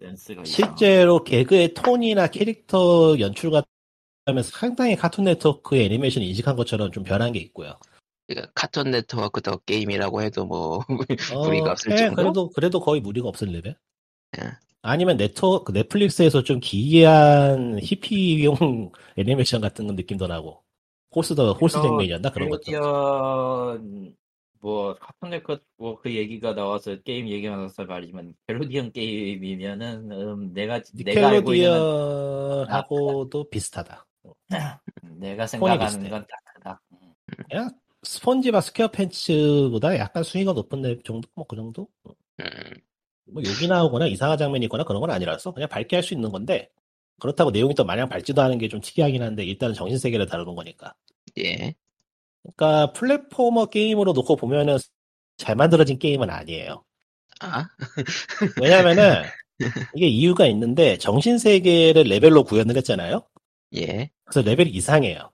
랜스가 실제로 개그의 톤이나 캐릭터 연출 같으면 상당히 카툰 네트워크의 애니메이션 인식한 것처럼 좀 변한 게 있고요. 그러니까 카툰 네트워크 더 게임이라고 해도 뭐 어, 무리가 없을 예, 정도? 그래도 그래도 거의 무리가 없을 레벨. 예. 아니면 네트워크 넷플릭스에서 좀 기이한 히피용 애니메이션 같은 느낌도 나고 호스 더 호스 쟁맨이었나 그런 것도. 멜로디언 뭐 카톤네컷 뭐그 얘기가 나와서 게임 얘기하면서 말이지만 멜로디언 게임이면은 음, 내가 내가 알고 있는 니켈로디언하고도 비슷하다. 내가 비슷해. 생각하는 건 다르다. 음. 그냥 스펀지바 스퀘어 팬츠보다 약간 수위가 높은 레 정도 뭐 그 정도? 음, 뭐 욕이 나오거나 이상한 장면이 있거나 그런 건 아니라서 그냥 밝게 할 수 있는 건데 그렇다고 내용이 또 마냥 밝지도 않은 게 좀 특이하긴 한데 일단은 정신 세계를 다루는 거니까. 예. 그러니까 플랫포머 게임으로 놓고 보면은 잘 만들어진 게임은 아니에요. 아, 왜냐면은 이게 이유가 있는데 정신 세계를 레벨로 구현을 했잖아요. 예. 그래서 레벨이 이상해요.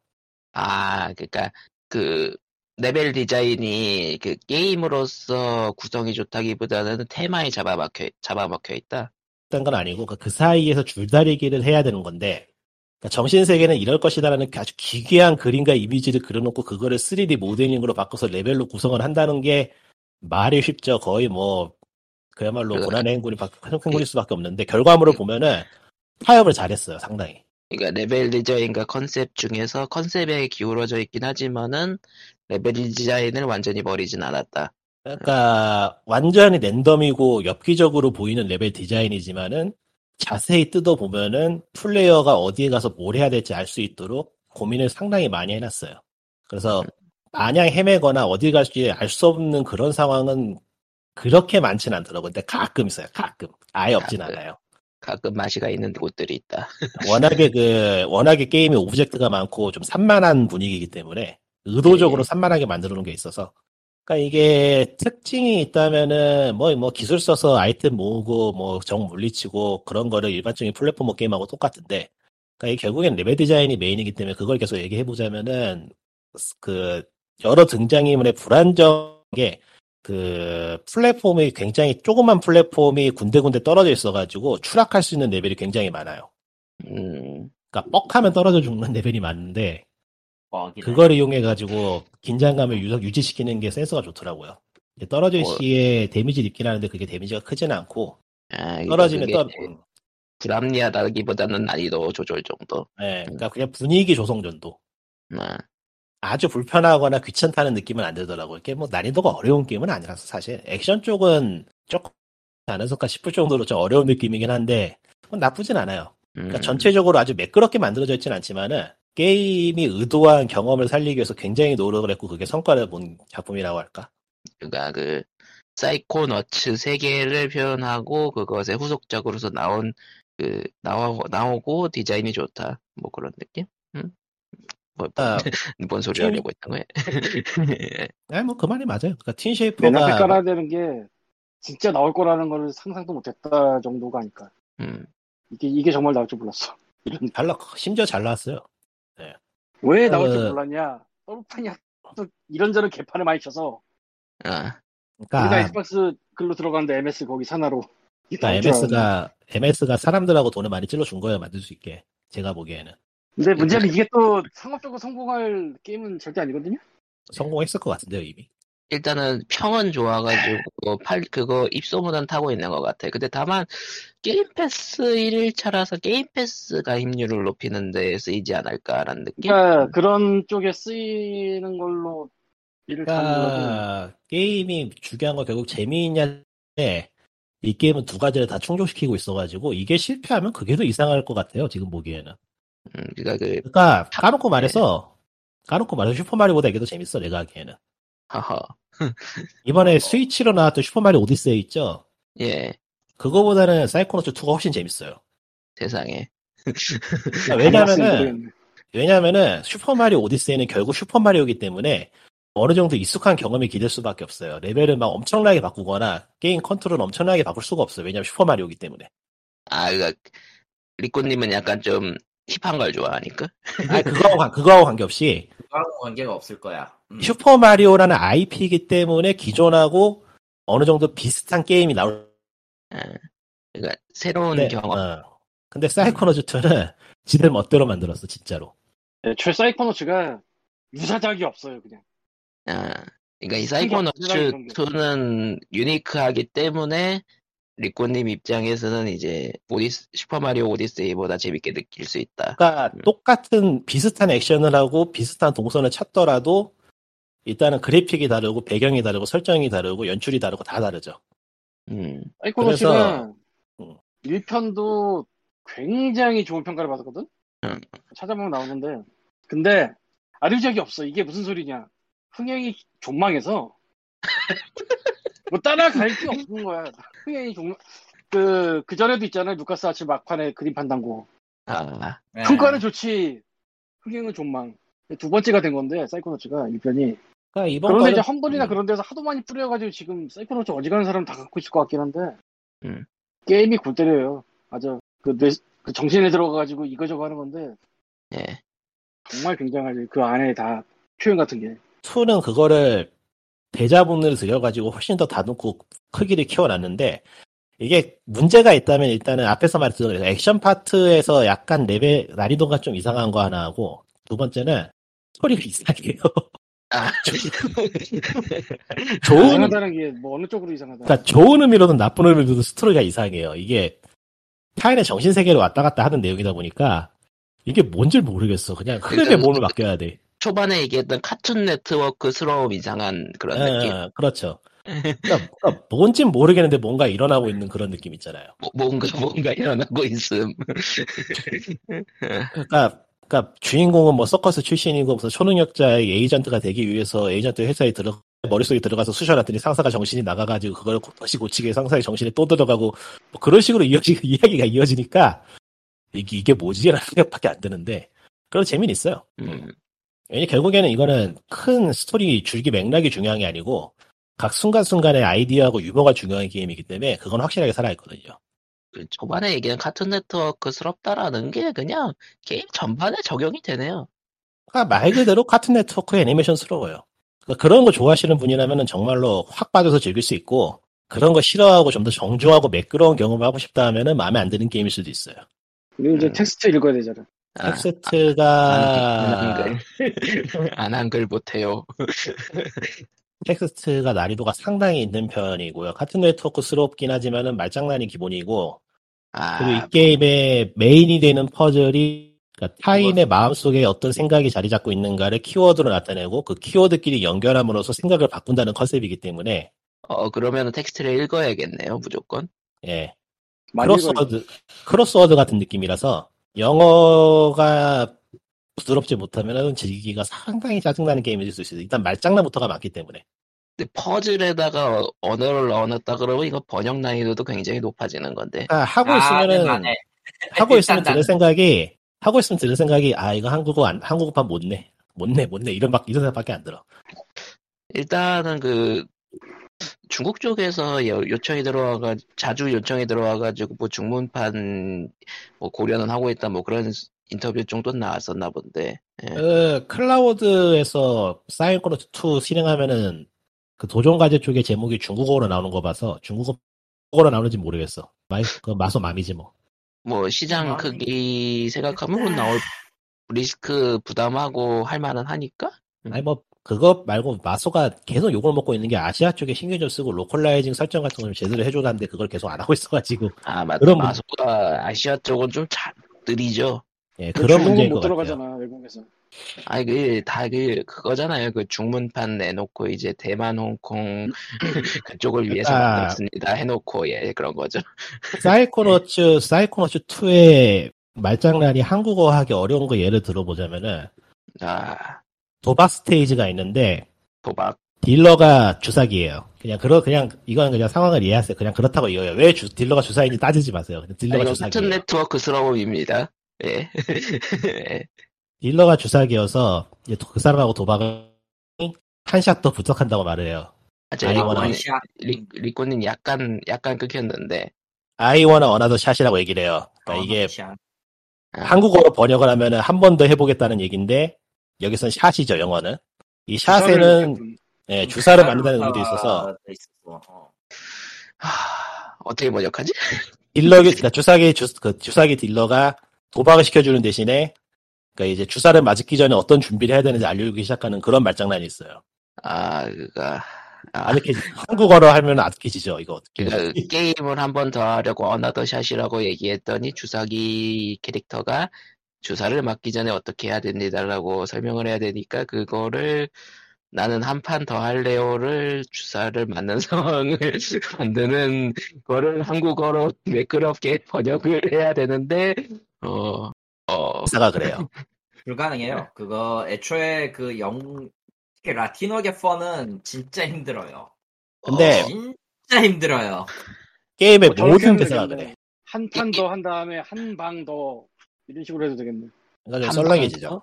아, 그러니까 그 레벨 디자인이 그 게임으로서 구성이 좋다기보다는 테마에 잡아먹혀 잡아먹혀 있다. 했던 건 아니고 그러니까 그 사이에서 줄다리기를 해야 되는 건데 그러니까 정신 세계는 이럴 것이다라는 아주 기괴한 그림과 이미지를 그려놓고 그거를 3D 모델링으로 바꿔서 레벨로 구성을 한다는 게 말이 쉽죠. 거의 뭐 그야말로 그거- 고난의 행군이 바- 행군일 수밖에 없는데 결과물을 보면은 타협을 잘했어요. 상당히. 그러니까 레벨 디자인과 컨셉 중에서 컨셉에 기울어져 있긴 하지만은 레벨 디자인을 완전히 버리진 않았다. 그러니까 완전히 랜덤이고 엽기적으로 보이는 레벨 디자인이지만은 자세히 뜯어 보면은 플레이어가 어디에 가서 뭘 해야 될지 알 수 있도록 고민을 상당히 많이 해놨어요. 그래서 마냥 헤매거나 어디 갈지 알 수 없는 그런 상황은 그렇게 많진 않더라고요. 근데 가끔 있어요. 가끔 아예 없진 가끔. 않아요. 가끔 맛이가 있는 곳들이 있다. 워낙에 그 워낙에 게임에 오브젝트가 많고 좀 산만한 분위기이기 때문에 의도적으로 예. 산만하게 만들어 놓은 게 있어서 그러니까 이게 특징이 있다면은 뭐 뭐 기술 써서 아이템 모으고 뭐 정 물리치고 그런 거를 일반적인 플랫폼 게임하고 똑같은데 그러니까 이게 결국엔 레벨 디자인이 메인이기 때문에 그걸 계속 얘기해 보자면은 그 여러 등장인물의 불안정하게 그 플랫폼이 굉장히 조그만 플랫폼이 군데군데 떨어져 있어가지고 추락할 수 있는 레벨이 굉장히 많아요. 음, 그러니까 뻑하면 떨어져 죽는 레벨이 많은데 뻑이네. 그걸 이용해 가지고 긴장감을 유- 유지시키는 게 센서가 좋더라고요. 이제 떨어질 어. 시에 데미지를 입긴 하는데 그게 데미지가 크진 않고 아, 그러니까 떨어지면 그게 떨 불합리하다기보다는 난이도 조절 정도. 예, 그러니까 그냥 분위기 조성 정도. 아, 아주 불편하거나 귀찮다는 느낌은 안 들더라고요. 이게 뭐 난이도가 어려운 게임은 아니라서 사실 액션 쪽은 조금 안에서까 싶을 정도로 좀 어려운 느낌이긴 한데 뭐 나쁘진 않아요. 음, 그러니까 전체적으로 아주 매끄럽게 만들어져 있진 않지만은 게임이 의도한 경험을 살리기 위해서 굉장히 노력을 했고 그게 성과를 본 작품이라고 할까? 그러니까 그 사이코너츠 세계를 표현하고 그것에 후속작으로서 나온 그 나오 나오고 디자인이 좋다. 뭐 그런 느낌? 음? 뭐, 뭐, 아, 뭔 소리 게임- 하려고 했던 거야? 네, 뭐그 말이 맞아요. 그러니까 맨 앞에 틴쉐이퍼가 깔아야 되는 게 진짜 나올 거라는 걸 상상도 못했다 정도가 아닐까 음, 이게 이게 정말 나올 줄 몰랐어 잘 나, 심지어 잘 나왔어요. 왜 나올 줄 어. 몰랐냐 더블판이 또 이런저런 개판을 많이 쳐서 아, 우리가 그러니까, 엑스박스 글로 들어가는데 MS 거기 산하로 그러니까 나올 줄 알았는데. MS가 MS가 사람들하고 돈을 많이 찔러 준 거예요. 만들 수 있게. 제가 보기에는 근데 문제는 이게 또 상업적으로 성공할 게임은 절대 아니거든요 음. 성공했을 것 같은데요 이미. 일단은 평은 좋아가지고 팔 그거 입소문은 타고 있는 것 같아. 근데 다만 게임 패스 1일차라서 게임 패스가 힘률을 높이는 데 쓰이지 않을까라는 느낌? 그러니까 그런 쪽에 쓰이는 걸로 일을 가는 거지. 그러니까 게임이 중요한 건 결국 재미있냐인데 네. 이 게임은 두 가지를 다 충족시키고 있어가지고 이게 실패하면 그게 더 이상할 것 같아요. 지금 보기에는. 음, 그러니까 그 그러니까 까놓고 말해서 까놓고 말해서 슈퍼마리오보다 이게 더 재밌어 내가 하기에는 허허. 이번에 스위치로 나왔던 슈퍼마리오 오디세이 있죠? 예. 그거보다는 사이코노츠 2가 훨씬 재밌어요. 세상에. 아, 왜냐면은, 왜냐면은 슈퍼마리오 오디세이는 결국 슈퍼마리오이기 때문에 어느 정도 익숙한 경험이 기댈 수밖에 없어요. 레벨을 막 엄청나게 바꾸거나 게임 컨트롤을 엄청나게 바꿀 수가 없어요. 왜냐면 슈퍼마리오이기 때문에. 아, 그, 리코님은 약간 좀 힙한 걸 좋아하니까. 아, 그거하고, 관- 그거하고 관계없이 그거하고 관계가 없을 거야. 음. 슈퍼마리오라는 IP이기 때문에 기존하고 어느 정도 비슷한 게임이 나올 그러니까 새로운 네, 경험. 어. 근데 사이코노즈 2는 지들 멋대로 만들었어, 진짜로. 애초에 사이코노츠가 네, 유사작이 없어요, 그냥. 아, 그러니까 이 신기하다, 사이코노츠 이런 게. 2는 유니크하기 때문에 리코님 입장에서는 이제 오디스, 슈퍼마리오 오디세이보다 재밌게 느낄 수 있다. 그러니까 음. 똑같은 비슷한 액션을 하고 비슷한 동선을 찾더라도 일단은 그래픽이 다르고 배경이 다르고 설정이 다르고 연출이 다르고 다 다르죠. 음, 사이코노츠가 음. 1편도 굉장히 좋은 평가를 받았거든? 음. 찾아보면 나오는데. 근데 아류작이 없어. 이게 무슨 소리냐. 흥행이 존망해서 뭐 따라갈 게 없는 거야. 흥행이 존망. 그, 그 전에도 있잖아요. 루카스 아츠 막판에 그림 판단고. 아, 네. 평가는 좋지. 흥행은 존망. 두 번째가 된 건데, 사이코노츠가 1편이. 그러니까 이번 그런데 이제 거는 험블이나 음. 그런 데서 하도 많이 뿌려가지고 지금 사이코노츠 어지간한 사람 다 갖고 있을 것 같긴 한데 음. 게임이 골 때려요. 맞아. 그, 뇌, 그 정신에 들어가가지고 이거저거 하는 건데 예. 정말 굉장하지. 그 안에 다 표현 같은 게. 음. 2는 그거를 대자본을 들여가지고 훨씬 더 다듬고 크기를 키워놨는데 이게 문제가 있다면 일단은 앞에서 말했던 액션 파트에서 약간 레벨 난이도가 좀 이상한 거 하나 하고 두 번째는 스토리가 이상해요. 아, 좋은 이상하다는 게 뭐 어느 쪽으로 이상하다. 그러니까 좋은 의미로든 나쁜 의미로든 스토리가 이상해요. 이게 타인의 정신 세계를 왔다 갔다 하는 내용이다 보니까 이게 뭔지 모르겠어. 그냥 흐름에 그러니까 몸을 맡겨야 돼. 초반에 얘기했던 카툰 네트워크스러움 이상한 그런 예, 느낌. 예, 그렇죠. 그러니까, 그러니까 뭔진 모르겠는데 뭔가 일어나고 있는 그런 느낌 있잖아요. 뭐- 뭔가, 뭔가 일어나고 있음. 그러니까, 그러니까 주인공은 뭐 서커스 출신이고 무슨 초능력자의 에이전트가 되기 위해서 에이전트 회사에 들어 머릿속에 들어가서 수셔놨더니 상사가 정신이 나가가지고 그걸 다시 고치게 상사의 정신에 또 들어가고 뭐 그런 식으로 이어지 이야기가 이어지니까 이게, 이게 뭐지라는 생각밖에 안 드는데 그래도 재미는 있어요. 음, 왜냐 결국에는 이거는 큰 스토리 줄기 맥락이 중요한 게 아니고 각 순간순간의 아이디어하고 유머가 중요한 게임이기 때문에 그건 확실하게 살아있거든요. 그 초반에 얘기한 카툰 네트워크스럽다라는 게 그냥 게임 전반에 적용이 되네요. 그러니까 말 그대로 카툰 네트워크 애니메이션스러워요. 그러니까 그런 거 좋아하시는 분이라면 정말로 확 빠져서 즐길 수 있고 그런 거 싫어하고 좀 더 정중하고 매끄러운 경험을 하고 싶다 하면은 마음에 안 드는 게임일 수도 있어요. 그리고 이제 음. 텍스트 읽어야 되잖아. 아, 텍스트가 안 한글 못해요. 텍스트가 난이도가 상당히 있는 편이고요. 카툰 네트워크스럽긴 하지만은 말장난이 기본이고 아, 음. 그리고 이 게임의 메인이 되는 퍼즐이 그러니까 타인의 마음속에 어떤 생각이 자리 잡고 있는가를 키워드로 나타내고 그 키워드끼리 연결함으로써 생각을 바꾼다는 컨셉이기 때문에 어, 그러면 텍스트를 읽어야겠네요, 무조건. 예 많이 읽어야 돼. 크로스워드 크로스워드 같은 느낌이라서 영어가 부드럽지 못하면 즐기기가 상당히 짜증나는 게임일 수 있어요. 일단 말장난부터가 많기 때문에 근데 퍼즐에다가 언어를 넣어놨다 그러면 이거 번역 난이도도 굉장히 높아지는 건데. 그러니까 하고 나는 있으면은 안 해. 하고 있으면 드는 나는. 생각이 하고 있으면 드는 생각이 아 이거 한국어 안- 한국어판 못내 못내 못내 이런 막 이런 생각밖에 안 들어. 일단은 그 중국 쪽에서 요- 요청이 들어와가 자주 요청이 들어와가지고 뭐 중문판 뭐 고려는 하고 있다 뭐 그런 인터뷰 정도는 나왔었나 본데. 예. 그 클라우드에서 사이코노트 2 실행하면은 그 도전 과제 쪽에 제목이 중국어로 나오는 거 봐서 중국어로 나오는지 모르겠어. 마, 그 마소 맘이지 뭐. 뭐 시장 마음이- 크기 생각하면 뭐 나올 리스크 부담하고 할 만은 하니까. 아니 뭐 그거 말고 마소가 계속 욕을 먹고 있는 게 아시아 쪽에 신경 좀 쓰고 로컬라이징 설정 같은 걸 제대로 해줘라는데 그걸 계속 안 하고 있어가지고 아 맞다. 그럼- 뭐. 마소가 아시아 쪽은 좀 잘 느리죠. 예 그런 중국은 문제인 못 것 같아요. 들어가잖아 외국에서. 아이 그다그 그거잖아요. 그 중문판 내놓고 이제 대만, 홍콩 그쪽을 위해서 아. 만들었습니다. 해놓고 예 그런 거죠. 사이코노츠 사이코노츠 2의 말장난이 한국어 하기 어려운 거 예를 들어보자면은 아 도박 스테이지가 있는데 도박. 딜러가 주사기예요. 그냥 그러 그냥 이거는 그냥 상황을 이해하세요. 그냥 그렇다고 이거예요. 왜 주- 딜러가 주사인지 따지지 마세요. 그냥 딜러가 이건 주사기. 사촌 예요 네트워크스러움입니다. 예. 예. 딜러가 주사기여서 이제 도- 그 사람하고 도박을 한 샷 더 부탁한다고 말을 해요. 맞아요. 아니, 리코님, 원하는- 원샷. 리, 리코님 약간, 약간 끊겼는데. I want another shot이라고 얘기를 해요. 그러니까 이게 어, 원샷. 아, 한국어로 번역을 하면은 한 번 더 해보겠다는 얘기인데 여기선 샷이죠 영어는. 이 샷에는 예, 주사를 맞는다는 의미도 있어서 아, 있었어. 어. 하, 어떻게 번역하지? 딜러기 그러니까 주사기 주, 그 주사기 딜러가 도박을 시켜주는 대신에 그러니까 이제 주사를 맞기 전에 어떤 준비를 해야 되는지 알려주기 시작하는 그런 말장난이 있어요. 아, 그가. 아, 아득해 네. 한국어로 하면 아득해지죠 이거 어떻게. 그 게임을 한 번 더 하려고 어나더샷이라고 얘기했더니 주사기 캐릭터가 주사를 맞기 전에 어떻게 해야 됩니다라고 설명을 해야 되니까 그거를 나는 한 판 더 할래요를 주사를 맞는 상황을 만드는 거를 한국어로 매끄럽게 번역을 해야 되는데 어, 어, 사가 그래요. 네. 불가능해요. 그거 애초에 그 영, 특히 라틴어계 펀은 진짜 힘들어요. 예. 근데 진짜 힘들어요. 게임의 뭐 모든 대사가 그래. 한판 더 한 다음에 한 방 더 이런 식으로 해도 되겠네. 그러니까 한 좀 썰렁해지죠.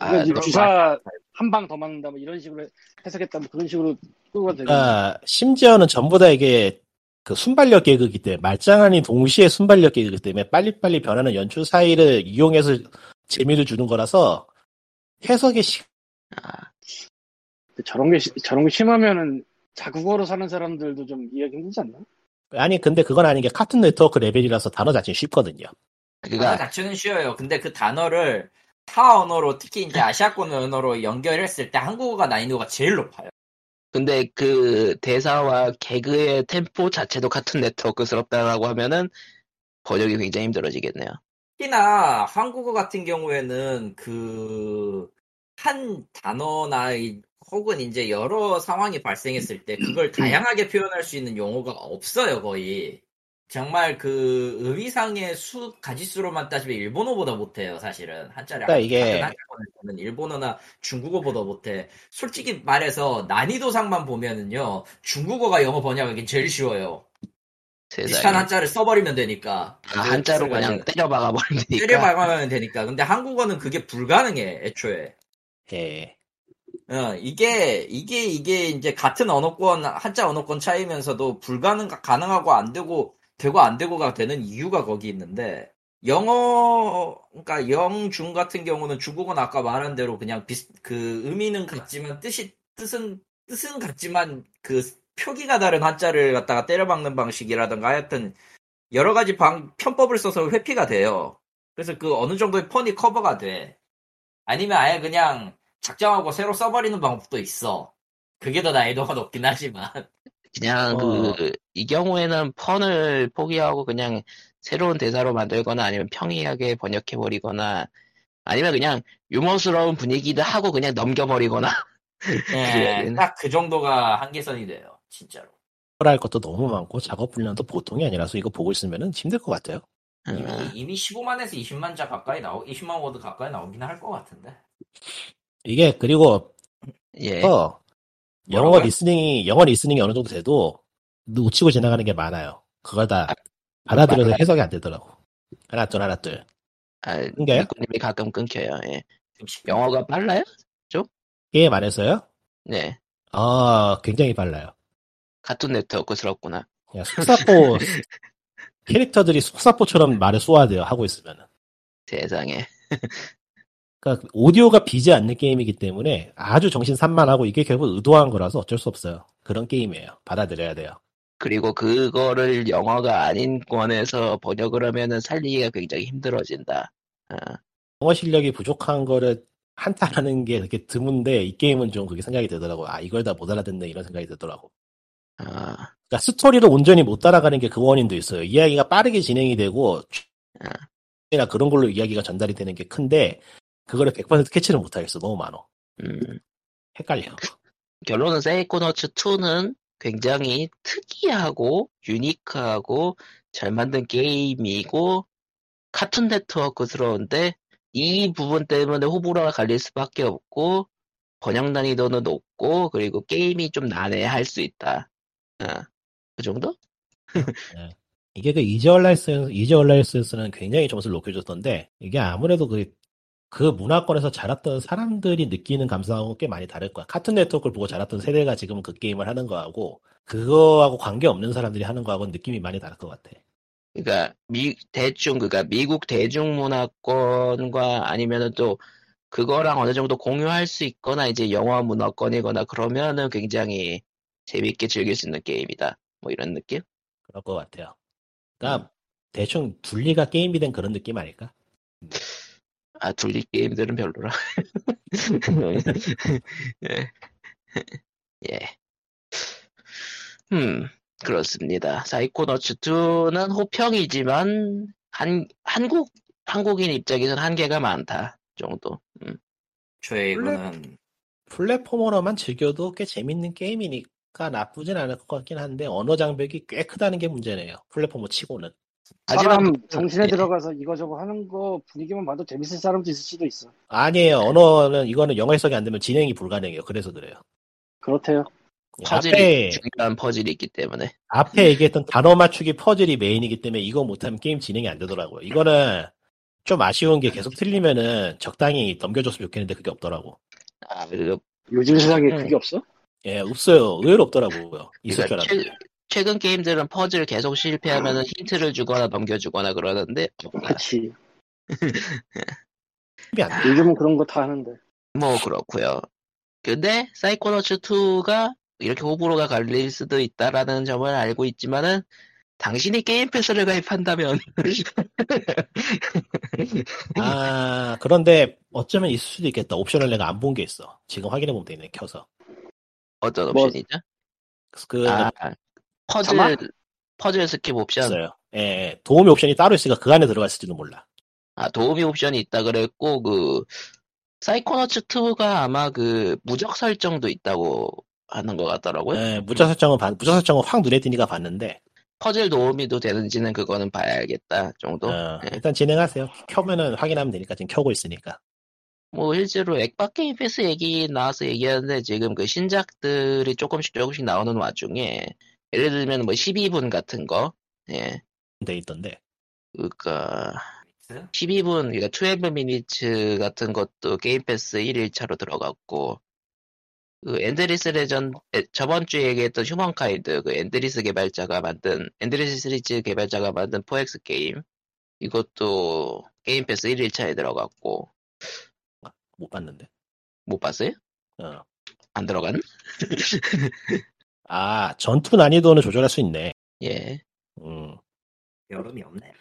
아, 그러니까 이제 너무 주사 한 방 더 맞는다 뭐 이런 식으로 해석했다 뭐 그런 식으로 끌고 가도 되겠네. 그러니까 심지어는 전부 다 이게 그 순발력 개그기 때문에 말장난이 동시에 순발력 개그기 때문에 빨리빨리 변하는 연출 사이를 이용해서 재미를 주는 거라서 해석의 시 근데 저런 게 시- 저런 게 심하면은 자국어로 사는 사람들도 좀 이해하기 힘들지 않나? 아니 근데 그건 아닌 게 카툰 네트워크 레벨이라서 단어 자체는 쉽거든요. 단어 그러니까 자체는 아, 쉬워요. 근데 그 단어를 타 언어로 특히 이제 아시아권 언어로 연결했을 때 한국어가 난이도가 제일 높아요. 근데 그 대사와 개그의 템포 자체도 같은 네트워크스럽다라고 하면은 번역이 굉장히 힘들어지겠네요. 특히나 한국어 같은 경우에는 그 한 단어나 이- 혹은 이제 여러 상황이 발생했을 때 음. 그걸 다양하게 표현할 수 있는 용어가 없어요 거의 정말 그 의미상의 수 가지수로만 따지면 일본어보다 못해요 사실은 한자리 그러니까 이게- 한자는 일본어나 중국어보다 못해 솔직히 말해서 난이도상만 보면은요 중국어가 영어 번역하기 제일 쉬워요 비슷한 세상에 한자를 써버리면 되니까 아, 한자로 그냥 때려 박아버리니까 때려 박으면 되니까. 근데 한국어는 그게 불가능해, 애초에. 예. 어, 이게, 이게, 이게 이제 같은 언어권, 한자 언어권 차이면서도 불가능, 가능하고 안 되고, 되고 안 되고가 되는 이유가 거기 있는데, 영어, 그러니까 영중 같은 경우는 중국어는 아까 말한 대로 그냥 비슷, 그 의미는 같지만 뜻이, 뜻은, 뜻은 같지만 그 표기가 다른 한자를 갖다가 때려박는 방식이라든가 하여튼 여러 가지 방, 편법을 써서 회피가 돼요. 그래서 그 어느 정도의 펀이 커버가 돼. 아니면 아예 그냥 작정하고 새로 써버리는 방법도 있어. 그게 더 난이도가 높긴 하지만. 그냥 어. 그 이 경우에는 펀을 포기하고 그냥 새로운 대사로 만들거나 아니면 평이하게 번역해 버리거나 아니면 그냥 유머스러운 분위기도 하고 그냥 넘겨버리거나 예, 그래야겠네. 딱 그 정도가 한계선이 돼요. 진짜로. 할 것도 너무 많고 작업 분량도 보통이 아니라서 이거 보고 있으면은 힘들 것 같아요. 이미, 음, 이미 15만에서 20만 자 가까이 나오, 20만 워드 가까이 나오긴 할 것 같은데. 이게 그리고 예 또 영어 네. 뭐라고요? 리스닝이 영어 리스닝이 어느 정도 돼도 놓치고 지나가는 게 많아요. 그걸 다 받아들여서 맞아요. 해석이 안 되더라고. 하나 둘 하나 둘. 아, 그런가요? 니코님이 가끔 끊겨요 예. 영어가 빨라요? 게임 안에서요? 네 예, 아 굉장히 빨라요. 같은 네트워크스럽구나 그냥 속사포 캐릭터들이 속사포처럼 말을 쏘아대요 하고 있으면은. 세상에 그러니까 오디오가 비지 않는 게임이기 때문에 아주 정신 산만하고 이게 결국 의도한 거라서 어쩔 수 없어요. 그런 게임이에요. 받아들여야 돼요. 그리고 그거를 영어가 아닌 권에서 번역을 하면은 살리기가 굉장히 힘들어진다 아, 영어 실력이 부족한 거를 한탄하는 게 되게 드문데 이 게임은 좀 그게 생각이 되더라고. 아 이걸 다 못 알아듣네 이런 생각이 들더라고. 아, 그러니까 스토리를 온전히 못 따라가는 게 그 원인도 있어요. 이야기가 빠르게 진행이 되고 이나 그런 걸로 이야기가 전달이 되는 게 큰데 그거를 100% 캐치를 못 하겠어. 너무 많어. 음. 헷갈려. 결론은 세이코너츠 2는 굉장히 특이하고 유니크하고 잘 만든 게임이고 카툰 네트워크스러운데 이 부분 때문에 호불호가 갈릴 수밖에 없고 번역 난이도는 높고 그리고 게임이 좀 난해할 수 있다. 어, 그 정도? 이게 그 이지 얼라이스 이지 얼라이스는 굉장히 점수를 높여줬던데 이게 아무래도 그, 그 문화권에서 자랐던 사람들이 느끼는 감성하고 꽤 많이 다를 거야. 카툰 네트워크를 보고 자랐던 세대가 지금 그 게임을 하는 거하고 그거하고 관계 없는 사람들이 하는 거하고는 느낌이 많이 다를 것 같아. 그러니까 미 대중 그러니까 미국 대중 문화권과 아니면은 또 그거랑 어느 정도 공유할 수 있거나 이제 영화 문화권이거나 그러면은 굉장히 재밌게 즐길 수 있는 게임이다. 뭐 이런 느낌? 그럴 것 음. 같아요. 그러니까 대충 둘리가 게임이 된 그런 느낌 아닐까? 아 둘리 게임들은 별로라. 예. 예. 음 그렇습니다. 사이코너츠 2는 호평이지만 한 한국 한국인 입장에선 한계가 많다 정도. 음. 최 이거는 플랫포머로만 즐겨도 꽤 재밌는 게임이니까 나쁘진 않을 것 같긴 한데 언어 장벽이 꽤 크다는 게 문제네요. 플랫포머 치고는. 사람 하지만- 정신에 예. 들어가서 이거저거 하는 거 분위기만 봐도 재밌을 사람도 있을 수도 있어. 아니에요. 네. 언어는 이거는 영어 해석이 안 되면 진행이 불가능해요. 그래서 그래요. 그렇대요. 퍼즐이 앞에 중요한 퍼즐이 있기 때문에 앞에 얘기했던 단어 맞추기 퍼즐이 메인이기 때문에 이거 못하면 게임 진행이 안 되더라고요. 이거는 좀 아쉬운 게 계속 틀리면은 적당히 넘겨줬으면 좋겠는데 그게 없더라고. 아 그리고 요즘 세상에 음. 그게 없어? 예, 없어요. 의외로 없더라고요. 있을 줄 그러니까 알았는데. 최, 최근 게임들은 퍼즐 계속 실패하면 힌트를 주거나 넘겨주거나 그러는데 없다. 그렇지. 게임이 안 돼. 요즘은 그런 거 다 하는데. 뭐 그렇고요. 근데 사이코너츠 2가 이렇게 호불호가 갈릴 수도 있다라는 점을 알고 있지만은 당신이 게임 패스를 가입한다면 아, 그런데 어쩌면 있을 수도 있겠다. 옵션을 내가 안 본 게 있어. 지금 확인해보면 되네, 켜서. 어떤 뭐, 옵션이죠? 그래서 그, 아, 퍼즐 자막? 퍼즐 스킵 옵션. 있어요. 예, 도움이 옵션이 따로 있으니까 그 안에 들어갔을지도 몰라. 아, 도우미 옵션이 있다 그랬고, 그, 사이코너츠 2가 아마 그, 무적 설정도 있다고 하는 것 같더라고요. 예, 무자 설정은, 반- 무자 설정은 확 눈에 띄니까 봤는데, 퍼즐 도우미도 되는지는 그거는 봐야겠다 정도. 어, 예. 일단 진행하세요. 켜면은 확인하면 되니까 지금 켜고 있으니까. 뭐, 실제로 액박 게임 패스 얘기 나와서 얘기하는데 지금 그 신작들이 조금씩 조금씩 나오는 와중에, 예를 들면 뭐 12분 같은 거, 예. 그러니까 돼 있던데. 그니까, 12분, 그러니까 12 minutes 같은 것도 게임 패스 1일차로 들어갔고, 그 엔드리스 레전드, 에, 저번 주에 얘기했던 휴먼카이드, 그 엔드리스 개발자가 만든, 엔드리스 시리즈 개발자가 만든 포엑스 게임, 이것도 게임 패스 1일차에 들어갔고, 못 봤는데. 못 봤어요? 어. 안 들어간? 아, 전투 난이도는 조절할 수 있네. 예. 음. 여름이 없네.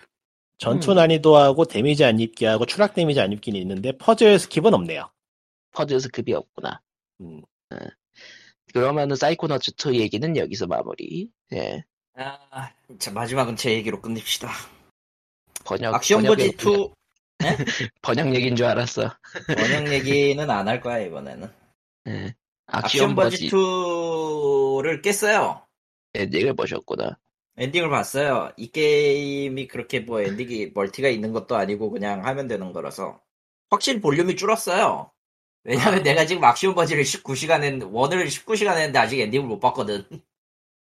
전투 음. 난이도하고 데미지 안 입기하고 추락 데미지 안 입기는 있는데, 퍼즐 스킵은 없네요. 퍼즐스 급이 없구나. 음. 그러면은 사이코너츠 2 얘기는 여기서 마무리. 예. 아, 자 마지막은 제 얘기로 끝냅시다. 번역, 번역, 악션버지 얘기- 2 번역 얘기인 줄 알았어. 번역 얘기는 안 할 거야 이번에는. 예. 악션버지 악션버지 2를 깼어요. 엔딩을 네, 보셨구나. 엔딩을 봤어요. 이 게임이 그렇게 뭐 엔딩이 멀티가 있는 것도 아니고 그냥 하면 되는 거라서 확실히 볼륨이 줄었어요. 왜냐면 내가 지금 악시온 버지를 19시간 했는데 원을 19시간 했는데 아직 엔딩을 못 봤거든.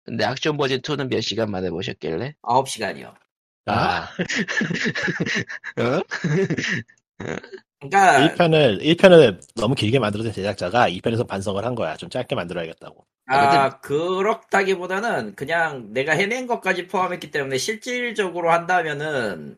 근데 액션 버전 2는 몇 시간 만에 보셨길래? 9시간이요. 아, 어? 그러니까 1편을, 1편을 너무 길게 만들어진 제작자가 2편에서 반성을 한 거야. 좀 짧게 만들어야겠다고. 아 그렇다기보다는 그냥 내가 해낸 것까지 포함했기 때문에 실질적으로 한다면은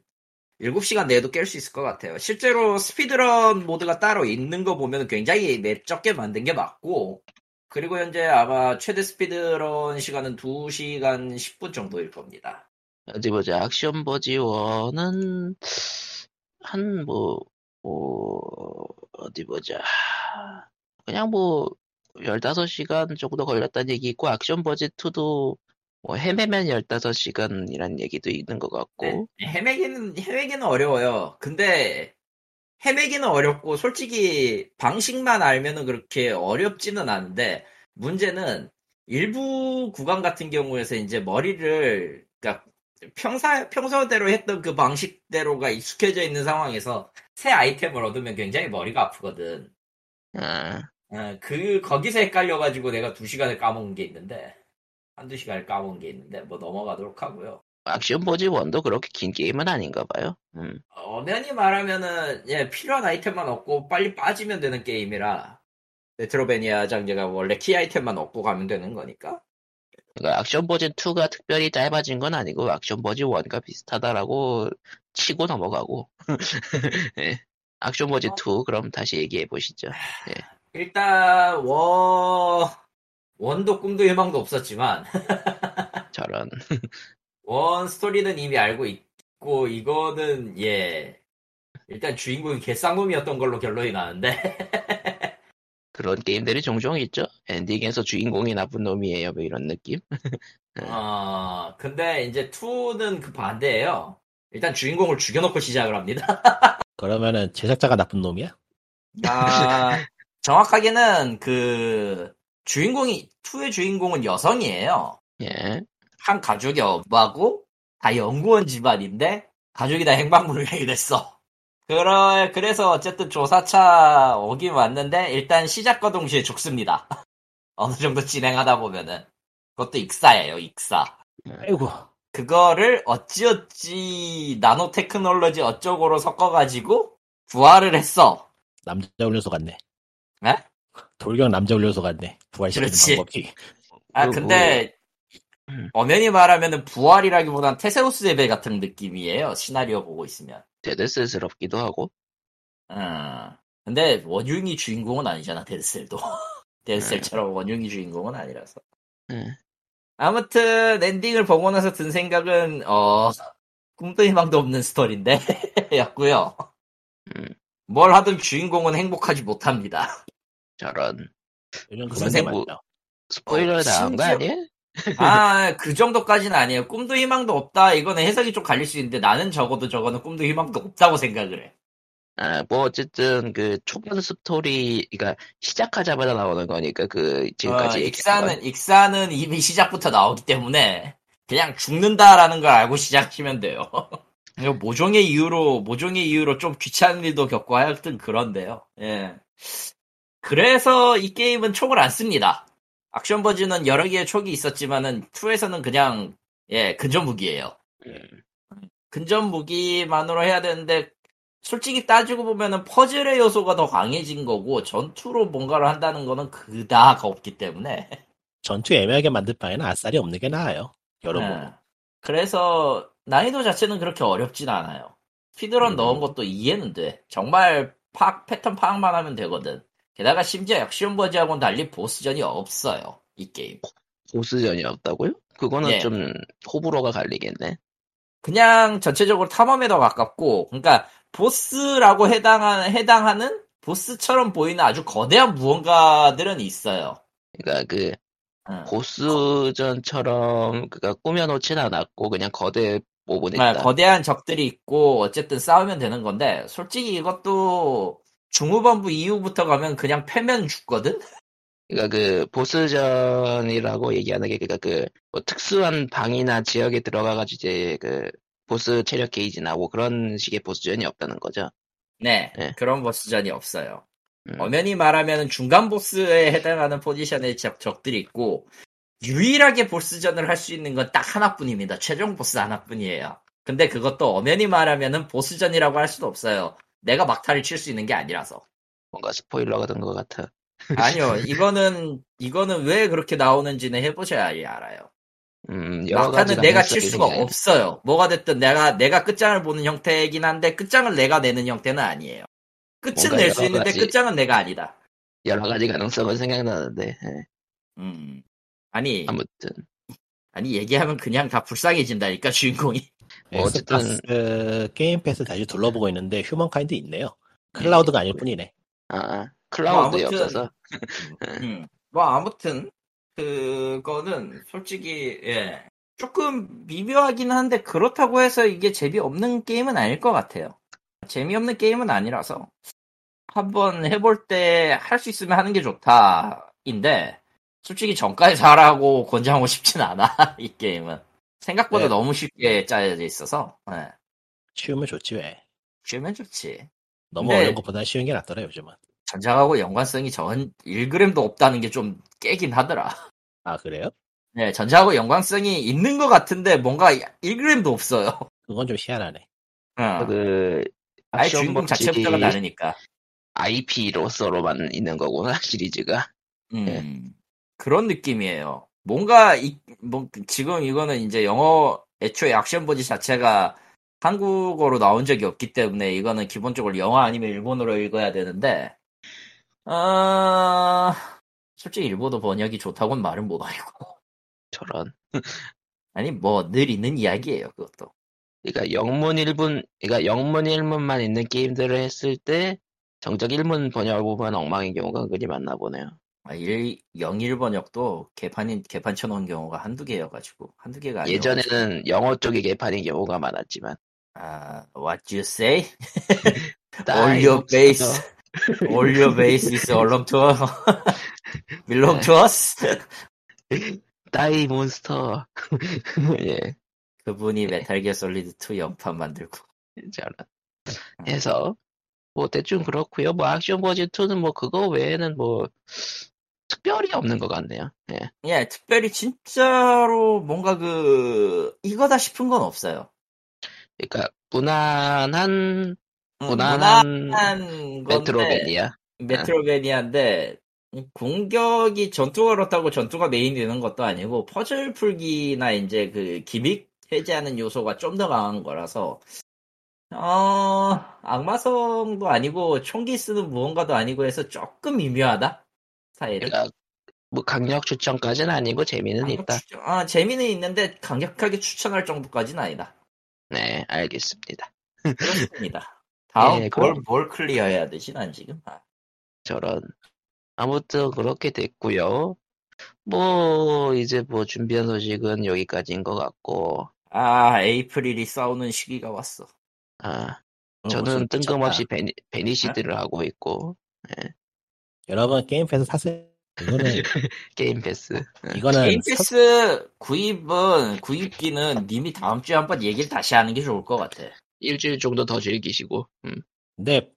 7시간 내에도 깰 수 있을 것 같아요. 실제로 스피드런 모드가 따로 있는 거 보면 굉장히 맵 적게 만든 게 맞고, 그리고 현재 아마 최대 스피드런 시간은 2시간 10분 정도일 겁니다. 어디 보자. 액션 버지 1은 한 뭐, 뭐 어디 보자. 그냥 뭐 15시간 정도 걸렸다는 얘기 있고 액션 버지 2도 뭐 헤매면 15시간이란 얘기도 있는 것 같고. 네, 헤매기는, 헤매기는 어려워요. 근데, 헤매기는 어렵고, 솔직히, 방식만 알면은 그렇게 어렵지는 않은데, 문제는, 일부 구간 같은 경우에서 이제 머리를, 그니까, 평사, 평소대로 했던 그 방식대로가 익숙해져 있는 상황에서, 새 아이템을 얻으면 굉장히 머리가 아프거든. 아, 어, 그 거기서 헷갈려가지고 내가 두 시간을 까먹은 게 있는데 한두 시간을 까먹은 게 있는데 뭐 넘어가도록 하고요. 액션 보지 원도 그렇게 긴 게임은 아닌가 봐요. 음. 엄연히 말하면은 예 필요한 아이템만 얻고 빨리 빠지면 되는 게임이라 메트로베니아 장제가 원래 키 아이템만 얻고 가면 되는 거니까 그러니까 액션 버전 2가 특별히 짧아진 건 아니고 액션 버전 1과 비슷하다라고 치고 넘어가고. 예. 액션 버전 2 그럼 다시 얘기해 보시죠. 일단 워 원도 꿈도 희망도 없었지만 저런 원 스토리는 이미 알고 있고 이거는 예 일단 주인공이 개쌍놈이었던 걸로 결론이 나는데 그런 게임들이 종종 있죠. 엔딩에서 주인공이 나쁜 놈이에요. 뭐 이런 느낌. 어 근데 이제 2는 그 반대예요 일단 주인공을 죽여놓고 시작을 합니다 그러면은 제작자가 나쁜 놈이야? 아 정확하게는 그 주인공이 2의 주인공은 여성이에요 예. 한 가족의 엄마고 다 연구원 집안인데 가족이 다 행방불명이 됐어. 그러, 그래서 어쨌든 조사차 오긴 왔는데 일단 시작과 동시에 죽습니다. 어느 정도 진행하다 보면은 그것도 익사예요, 익사. 아이고 그거를 어찌어찌 나노테크놀로지 어쩌고로 섞어가지고 부활을 했어. 남자 훈련소 같네. 네? 돌격 남자 훈련소 같네. 부활시키는 그렇지. 방법이. 아 그리고- 근데 음. 엄연히 말하면은 부활이라기보단 테세우스 레벨 같은 느낌이에요. 시나리오 보고 있으면. 되게 쓸스럽기도 하고. 음. 근데 원흉이 주인공은 아니잖아 데드셀도 데드셀처럼 원흉이 주인공은 아니라서 예. 아무튼 엔딩을 보고 나서 든 생각은 어 꿈도 희망도 없는 스토리인데 였고요 음. 뭘 하든 주인공은 행복하지 못합니다 저런 요즘 무슨 그런 게 생각- 많죠. 스포일러 어, 나온 거 심지어- 아니에요? 아 그 정도까지는 아니에요 꿈도 희망도 없다 이거는 해석이 좀 갈릴 수 있는데 나는 적어도 저거는 꿈도 희망도 없다고 생각을 해 아, 뭐 어쨌든 그 초반 스토리, 그러니까 시작하자마자 나오는 거니까 그 지금까지 어, 얘기한 건. 익사는 익사는 이미 시작부터 나오기 때문에 그냥 죽는다라는 걸 알고 시작하면 돼요. 이거 모종의 이유로 모종의 이유로 좀 귀찮은 일도 겪고 하여튼 그런데요. 예. 그래서 이 게임은 촉을 안 씁니다. 액션 버전은 여러 개의 촉이 있었지만은 2에서는 그냥 예 근접 무기예요. 근접 무기만으로 해야 되는데 솔직히 따지고 보면은 퍼즐의 요소가 더 강해진 거고 전투로 뭔가를 한다는 거는 그다가 없기 때문에 전투 애매하게 만들 바에는 아싸리 없는 게 나아요. 여러분. 예. 그래서 난이도 자체는 그렇게 어렵진 않아요 피드런 음. 넣은 것도 이해는 돼 정말 파악 패턴 파악만 하면 되거든 게다가 심지어 액션 버지하고는 달리 보스전이 없어요 이 게임 보스전이 없다고요? 그거는 예. 좀 호불호가 갈리겠네. 그냥 전체적으로 탐험에 더 가깝고 그러니까 보스라고 해당하는 해당하는 보스처럼 보이는 아주 거대한 무언가들은 있어요 그러니까 그 응. 보스전처럼 그니까 꾸며놓진 않았고 그냥 거대 모본에 네, 있다. 거대한 적들이 있고 어쨌든 싸우면 되는 건데 솔직히 이것도 중후반부 이후부터 가면 그냥 패면 죽거든. 그러니까 그 보스전이라고 얘기하는 게 그러니까 그뭐 특수한 방이나 지역에 들어가가지고 이제 그 보스 체력 게이지 나고 그런 식의 보스전이 없다는 거죠. 네, 네. 그런 보스전이 없어요. 음. 엄연히 말하면 중간 보스에 해당하는 포지션의 적, 적들이 있고 유일하게 보스전을 할 수 있는 건 딱 하나뿐입니다. 최종 보스 하나뿐이에요. 근데 그것도 엄연히 말하면은 보스전이라고 할 수도 없어요. 내가 막타를 칠 수 있는 게 아니라서. 뭔가 스포일러가 된 것 같아. 아니요, 이거는 이거는 왜 그렇게 나오는지는 해보셔야 알아요. 음, 여러 가지 막타는 내가 칠 가능성이 수가 생겨요. 없어요. 뭐가 됐든 내가 내가 끝장을 보는 형태이긴 한데 끝장을 내가 내는 형태는 아니에요. 끝은 뭔가 낼 수 여러 있는데 가지- 끝장은 내가 아니다. 여러 가지 가능성은 생각나는데 예. 음. 아니 아무튼 아니 얘기하면 그냥 다 불쌍해진다니까 주인공이. 뭐 어쨌든- 엑스박스 예, 게임 패스 다시 둘러보고 있는데 휴먼카인드 있네요. 클라우드가 아닐 뿐이네. 아 클라우드에 뭐 아무튼- 없어서 음. 뭐 아무튼 그거는 솔직히 예. 조금 미묘하긴 한데 그렇다고 해서 이게 재미없는 게임은 아닐 것 같아요. 재미없는 게임은 아니라서 한번 해볼 때 할 수 있으면 하는 게 좋다인데 솔직히 정가에서 하라고 권장하고 싶진 않아 이 게임은 생각보다 네. 너무 쉽게 짜여져 있어서 예. 쉬우면 좋지 왜. 쉬면 좋지 너무 근데- 네. 어려운 것보다 쉬운 게 낫더라 요즘은. 전작하고 연관성이 전 1g도 없다는 게 좀 깨긴 하더라. 아 그래요? 네, 전작하고 연관성이 있는 것 같은데 뭔가 1g도 없어요. 그건 좀 희한하네. 어. 그 아예 액션 주인공 법칙이 자체부터가 다르니까. IP로서로만 있는 거구나 시리즈가. 음, 네. 그런 느낌이에요. 뭔가 이, 뭐, 지금 이거는 이제 영어 애초에 액션 버지 자체가 한국어로 나온 적이 없기 때문에 이거는 기본적으로 영어 아니면 일본어로 읽어야 되는데 아 솔직히 일본어 번역이 좋다고는 말은 못하고 저런. 아니 뭐 늘 있는 이야기예요 그것도 그러니까 영문 일본, 그러니까 영문 일문만 있는 게임들을 했을 때 정작 일문 번역을 보면 엉망인 경우가 은근히 많나 보네요. 아, 일, 영일 번역도 개판인 개판 쳐놓은 경우가 한두 개여가지고 한두 개가 아니고 예전에는 영어 쪽이 개판인 경우가 많았지만. 아 what you say 따윈 your 없어서 base. All your base is belong to us. belong 네. to us. 따위 몬스터. 예, 그분이 메탈기어 솔리드 2 영판 만들고. 저런. 해서 뭐 대충 그렇고요. 뭐 액션 버지 2는 뭐 그거 외에는 뭐 특별히 없는 것 같네요. 예. 예, 특별히 진짜로 뭔가 그 이거다 싶은 건 없어요. 그러니까 무난한 음, 무난한 무난한 건데, 메트로베니아. 메트로베니아인데 공격이 전투가 그렇다고 전투가 메인 되는 것도 아니고 퍼즐 풀기나 이제 그 기믹 해제하는 요소가 좀 더 강한 거라서 어 악마성도 아니고 총기 쓰는 무언가도 아니고 해서 조금 미묘하다 스타일은 그러니까 뭐 강력 추천까지는 아니고 재미는 강력 있다. 추천- 아, 재미는 있는데 강력하게 추천할 정도까지는 아니다 네, 알겠습니다. 그렇습니다 다음 예, 뭘, 그럼. 뭘 클리어해야 되지 난 지금 아, 저런 아무튼 그렇게 됐고요. 뭐 이제 뭐 준비한 소식은 여기까지인 것 같고 아 에이프릴이 싸우는 시기가 왔어 아 어, 저는 무슨 뜬금없이 미쳤다. 베니, 베니시드를 하고 있고 여러분 게임 패스 사세요. 이거는 게임 패스 이거는 사- 게임패스 구입은 구입기는 님이 다음 주에 한번 얘기를 다시 하는 게 좋을 것 같아. 일주일 정도 더 즐기시고 음. 근데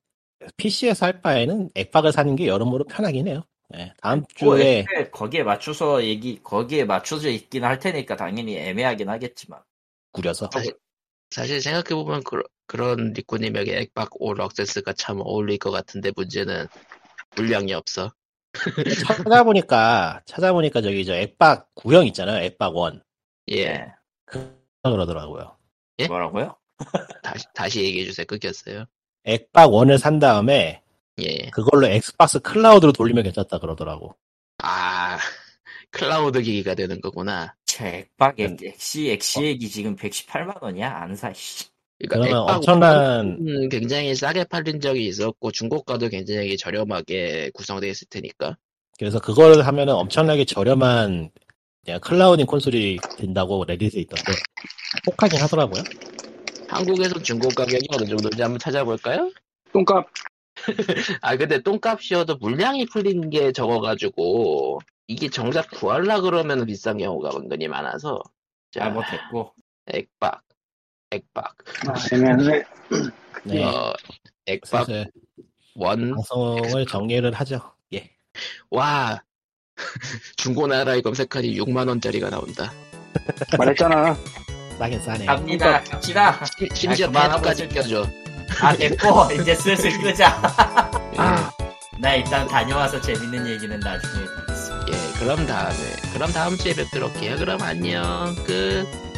PC에서 할 바에는 액박을 사는 게 여러모로 편하긴 해요. 네, 다음 뭐 예. 주에 애초에 거기에 맞춰서 얘기 거기에 맞춰져 있긴 할 테니까 당연히 애매하긴 하겠지만 구려서 네. 사실 생각해보면 그, 런 리코님에게 액박 올 억세스가 참 어울릴 것 같은데 문제는 물량이 없어 찾아보니까 찾아보니까 저기 저 액박 구형 있잖아요. 액박 원 예 예. 네. 그러더라고요. 예? 뭐라고요? 다시, 다시 얘기해주세요 끊겼어요 예. 액박 원을산 다음에 그걸로 엑스박스 클라우드로 돌리면 괜찮다 그러더라고. 예아 클라우드 기기가 되는 거구나 제박 음. 엑시 엑시액이 지금 118만 원이야 안사 씨. 그러니까 그러면 액박 엄청난 음, 굉장히 싸게 팔린 적이 있었고 중고가도 굉장히 저렴하게 구성되어 있을 테니까 그래서 그걸 하면은 엄청나게 저렴한 그냥 클라우딩 콘솔이 된다고 레딧에 있던데 혹하긴 하더라고요. 한국에서 중고 가격이 어느 정도인지 한번 찾아볼까요? 똥값 아 근데 똥값이어도 물량이 풀린 게 적어가지고 이게 정작 구할라 그러면 비싼 경우가 은근히 많아서 자 잘못 뭐 됐고 아, 액박 액박 아, 애매한데 예. 네. 어 액박 네. 슬슬 원와 방송을 정리를 하죠. 예. 중고나라에 검색하니 6만 원짜리가 나온다 말했잖아. 싸긴 싸네. 그러니까 요 갑니다 갑시다 심- 심지어 네, 아, 그만하고 패드까지 있을게요. 껴줘 아 됐고 이제 슬슬 끄자 아, 나 일단 다녀와서 재밌는 얘기는 나중에 해겠습니다 예 그럼 다음에 그럼 다음 주에 뵙도록 해요 그럼 안녕 끝